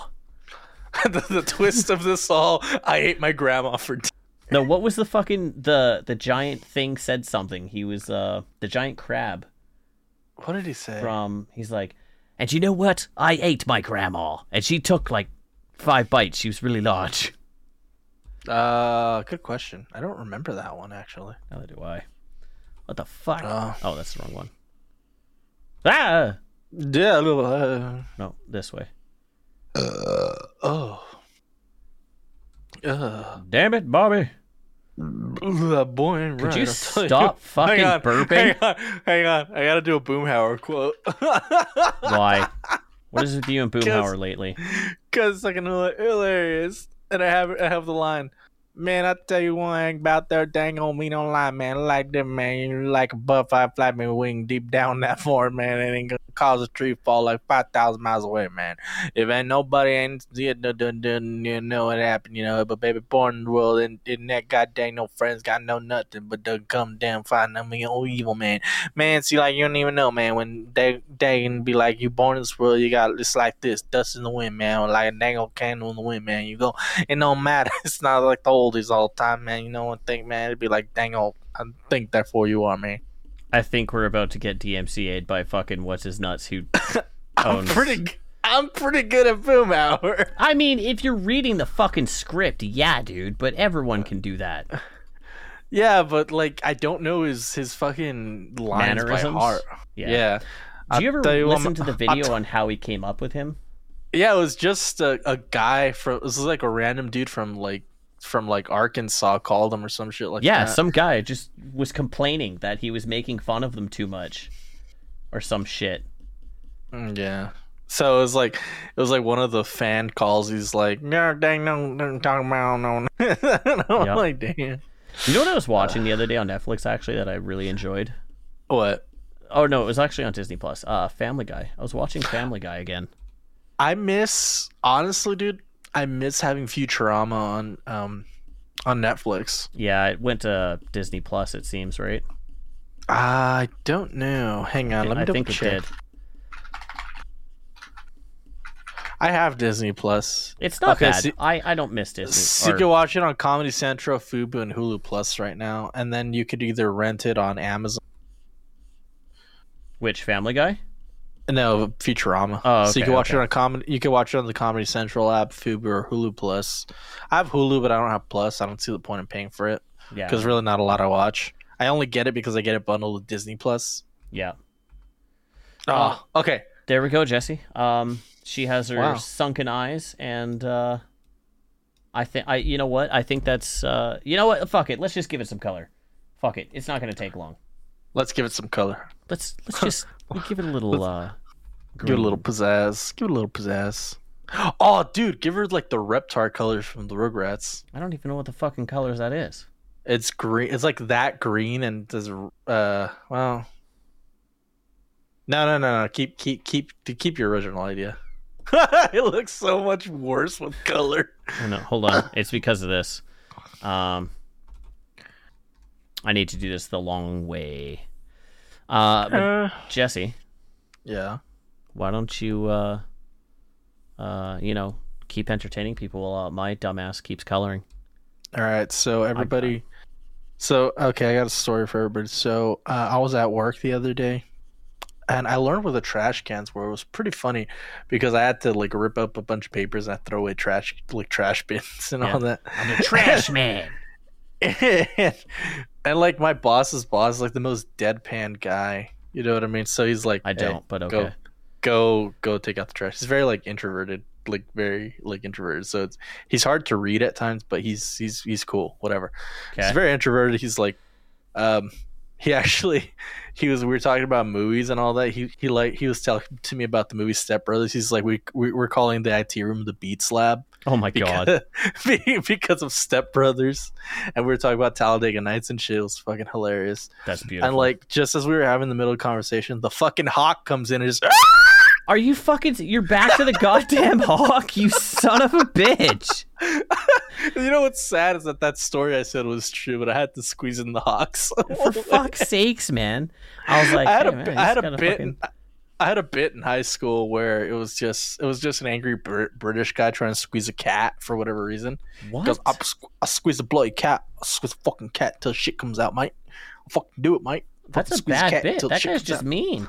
B: the, the twist of this all. I ate my grandma for. T-
A: No, what was the fucking the the giant thing said something? He was uh the giant crab
B: what did he say?
A: from he's like, and you know what? I ate my grandma, and she took like five bites. She was really large.
B: Uh, good question. I don't remember that one actually.
A: Neither do I. What the fuck?
B: Oh.
A: oh, that's the wrong one. Ah,
B: Yeah. Uh,
A: no, this way.
B: oh. Uh,
A: Damn it, Bobby!
B: that boy.
A: Could you stop fucking
B: Hang on,
A: burping?
B: Hang on, hang on. I gotta do a Boomhauer quote.
A: Why? What is with you and Boomhauer lately?
B: Cause it's fucking hila- hilarious. And I have I have the line. Man, I tell you one thing about that dang old meat online, man. I Like them, man. You like a buff, I flap me wing deep down that form, man. It ain't gonna cause a tree fall like five thousand miles away, man. If ain't nobody ain't you know, you know it happened, you know. But baby, born in the world and, and that goddamn no friends, got no nothing, but they come down find them you know, evil man. Man, see, like you don't even know, man. When they they can be like, you born in this world, you got it's like this, dust in the wind, man. Or like a dangle candle in the wind, man. You go, it don't matter. It's not like the oldies all the time, man. You know what I think, man? It'd be like dangle. I think therefore you are, man.
A: I think we're about to get DMCA'd by fucking what's his nuts who
B: I'm
A: owns.
B: pretty. g- I'm pretty good at boom hour.
A: I mean, if you're reading the fucking script, yeah, dude, but everyone can do that.
B: Yeah, but like I don't know his his fucking lines
A: Mannerisms?
B: by heart.
A: Yeah.
B: yeah.
A: Do you
B: I'll tell
A: ever
B: you what,
A: listen to the
B: I'll
A: video
B: t-
A: on how he came up with him?
B: Yeah, it was just a, a guy from. This is like a random dude from like from like Arkansas called him or some shit like
A: yeah,
B: that.
A: some guy just was complaining that he was making fun of them too much or some shit.
B: Mm, yeah. So it was like it was like one of the fan calls. He's like, no, dang, no, no, talking about no. And I'm
A: Yep.
B: like, damn.
A: You know what I was watching the other day on Netflix actually that I really enjoyed?
B: What?
A: Oh no, it was actually on Disney Plus. Uh Family Guy. I was watching Family Guy again.
B: I miss honestly, dude. I miss having Futurama on um on Netflix.
A: Yeah, it went to Disney Plus it seems, right?
B: I don't know. Hang on, Uh, let me
A: I
B: double
A: think it
B: check.
A: did.
B: I have Disney Plus.
A: It's not
B: Okay,
A: bad.
B: so-
A: I, I don't miss Disney.
B: So you
A: or-
B: can watch it on Comedy Central, Fubo, and Hulu Plus right now, and then you could either rent it on Amazon.
A: which Family Guy?
B: No, Futurama.
A: Oh,
B: so
A: okay,
B: you can watch
A: okay.
B: it on comedy. You can watch it on the Comedy Central app, Fubo, or Hulu Plus. I have Hulu, but I don't have Plus. I don't see the point in paying for it
A: Yeah.
B: because really not a lot I watch. I only get it because I get it bundled with Disney Plus.
A: Yeah. Ah.
B: Oh, okay.
A: There we go, Jesse. Um, she has her
B: Wow.
A: sunken eyes, and uh, I think I. You know what? I think that's. Uh, you know what? Fuck it. Let's just give it some color. Fuck it. It's not gonna take long.
B: Let's give it some color.
A: Let's let's just we give it a little. Uh,
B: Give it
A: green.
B: a little pizzazz. Give it a little pizzazz. Oh, dude, give her like the Reptar colors from the Rugrats.
A: I don't even know what the fucking colors that is.
B: It's green. It's like that green and does uh well. No, no, no, no. Keep, keep, keep, keep your original idea. it looks so much worse with color.
A: Oh, no, hold on. It's because of this. Um, I need to do this the long way. Uh, but Jesse,
B: yeah.
A: why don't you uh uh you know keep entertaining people while uh, my dumbass keeps coloring
B: All right. So everybody. So okay, I got a story for everybody. So uh, I was at work the other day, and I learned where the trash cans were. It was pretty funny because I had to like rip up a bunch of papers and I throw away trash like trash bins and all that.
A: i'm a trash man
B: and, and like my boss's boss is like the most deadpan guy. You know what I mean? So he's like,
A: i
B: "Hey,
A: don't but
B: go,
A: okay
B: go, go, take out the trash. He's very like introverted, like very like introverted. So it's he's hard to read at times, but he's he's he's cool. Whatever.
A: okay
B: He's very introverted. He's like, um, he actually, he was. We were talking about movies and all that. He he like he was telling to me about the movie Step Brothers. He's like, we, we we're calling the IT room the Beats Lab
A: oh my god
B: because, because of Step Brothers, and we were talking about Talladega Nights and shit. It was fucking hilarious.
A: that's beautiful
B: And like, just as we were having the middle of the conversation, the fucking hawk comes in and just
A: are you fucking you're back to the goddamn hawk you son of a bitch
B: you know what's sad is that that story I said was true, but I had to squeeze in the hawks.
A: for fuck's sakes man i was like
B: I had
A: hey,
B: a
A: man,
B: I had
A: just
B: a
A: gotta
B: bit.
A: fucking-
B: I- I had a bit in high school where it was just it was just an angry Br- British guy trying to squeeze a cat for whatever reason. He
A: what
B: goes, I, squ- I squeeze a bloody cat, I squeeze a fucking cat till shit comes out, mate. I fucking do it, mate. I fucking
A: that's a
B: squeeze
A: bad
B: cat
A: bit
B: till
A: that
B: shit
A: guy's
B: comes
A: just
B: out."
A: mean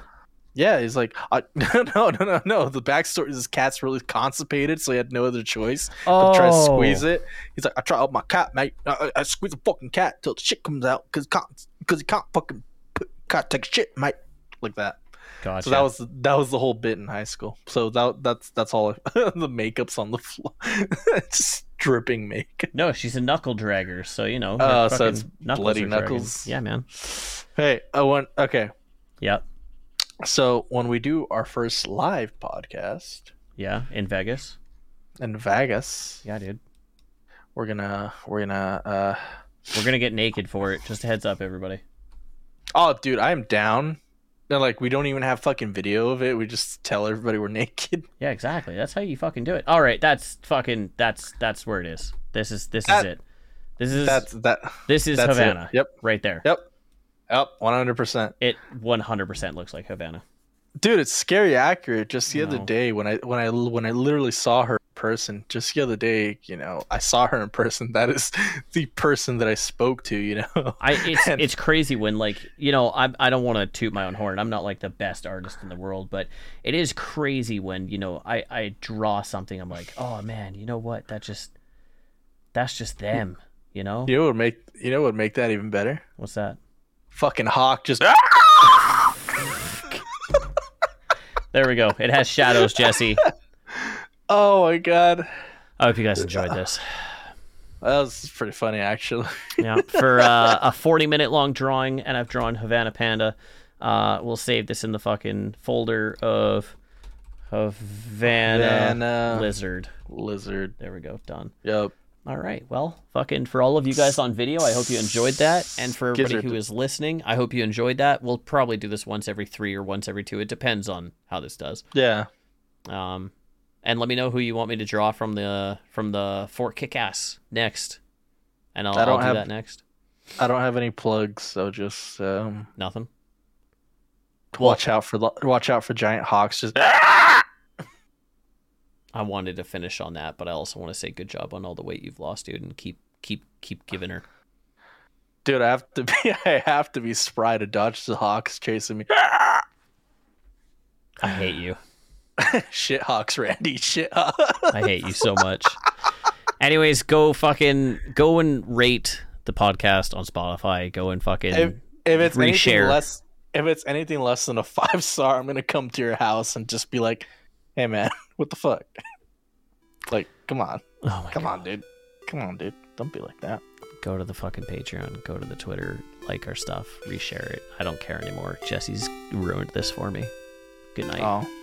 B: Yeah, he's like, I, no, no, no, no. The backstory is his cat's really constipated, so he had no other choice
A: oh
B: but try to squeeze it. He's like, I try out my cat, mate. I, I, I squeeze a fucking cat till the shit comes out because can't because he can't fucking put, can't take shit, mate. Like that.
A: gotcha.
B: So that was that was the whole bit in high school. So that that's that's all the makeup's on the floor, just dripping makeup.
A: no she's a knuckle dragger so you know her
B: Oh, so
A: fucking
B: it's
A: knuckles
B: bloody
A: are dragging.
B: knuckles.
A: yeah man
B: Hey, I want okay.
A: yep
B: So when we do our first live podcast
A: yeah in vegas
B: in Vegas,
A: yeah dude
B: we're gonna we're gonna uh
A: We're gonna get naked for it. Just a heads up, everybody.
B: oh dude, I'm down. They're like, we don't even have fucking video of it. We just tell everybody we're naked.
A: Yeah, exactly. That's how you fucking do it. All right, that's fucking that's that's where it is. This is this is
B: That-
A: it. This is
B: That's that.
A: this is
B: that's it.
A: Havana.
B: Yep.
A: Right there.
B: Yep. Yep. One hundred percent.
A: It 100% looks like Havana.
B: Dude, it's scary accurate. Just the other
A: No.
B: day when I when I when I literally saw her in person. Just the other day, you know, I saw her in person. That is the person that I spoke to. You know.
A: I it's
B: And-
A: it's crazy when like you know I I don't want to toot my own horn. I'm not like the best artist in the world, but it is crazy when you know I I draw something. I'm like, oh man, you know what? That just that's just them. You know
B: You know what would make you know what would make that even better?
A: what's that?
B: Fucking hawk just
A: There we go. It has shadows, Jesse.
B: Oh my god.
A: I hope you guys enjoyed this.
B: That was pretty funny actually.
A: Yeah, for uh, a 40 minute long drawing, and I've drawn Havana Panda. Uh, we'll save this in the fucking folder of Havana
B: Then uh,
A: Lizard.
B: lizard.
A: There we go. Done.
B: Yep.
A: All right. Well, fucking for all of you guys on video, I hope you enjoyed that. And for everybody
B: Gizzard.
A: who is listening, I hope you enjoyed that. We'll probably do this once every three or once every two. It depends on how this does.
B: Yeah.
A: Um, and let me know who you want me to draw from the from the Fort Kickass next, and I'll,
B: I don't
A: I'll do
B: have-
A: that next.
B: I don't have any plugs, so just um
A: Nothing.
B: watch out for lo- watch out for giant hawks just
A: I wanted to finish on that, but I also want to say good job on all the weight you've lost, dude, and keep keep keep giving her.
B: Dude, I have to be I have to be spry to dodge the hawks chasing me.
A: I hate you.
B: shit hawks, Randy, shit hawks.
A: I hate you so much. Anyways, go fucking go and rate the podcast on Spotify. Go and fucking
B: If, if it's anything
A: Reshare.
B: less if it's anything less than a five star, I'm gonna come to your house and just be like, Hey man, what the fuck? like, come on.
A: oh my
B: Come
A: God.
B: on, dude. Come on, dude. Don't be like that.
A: Go to the fucking Patreon. Go to the Twitter. Like our stuff. Reshare it. I don't care anymore. Jesse's ruined this for me. Good night.
B: Oh.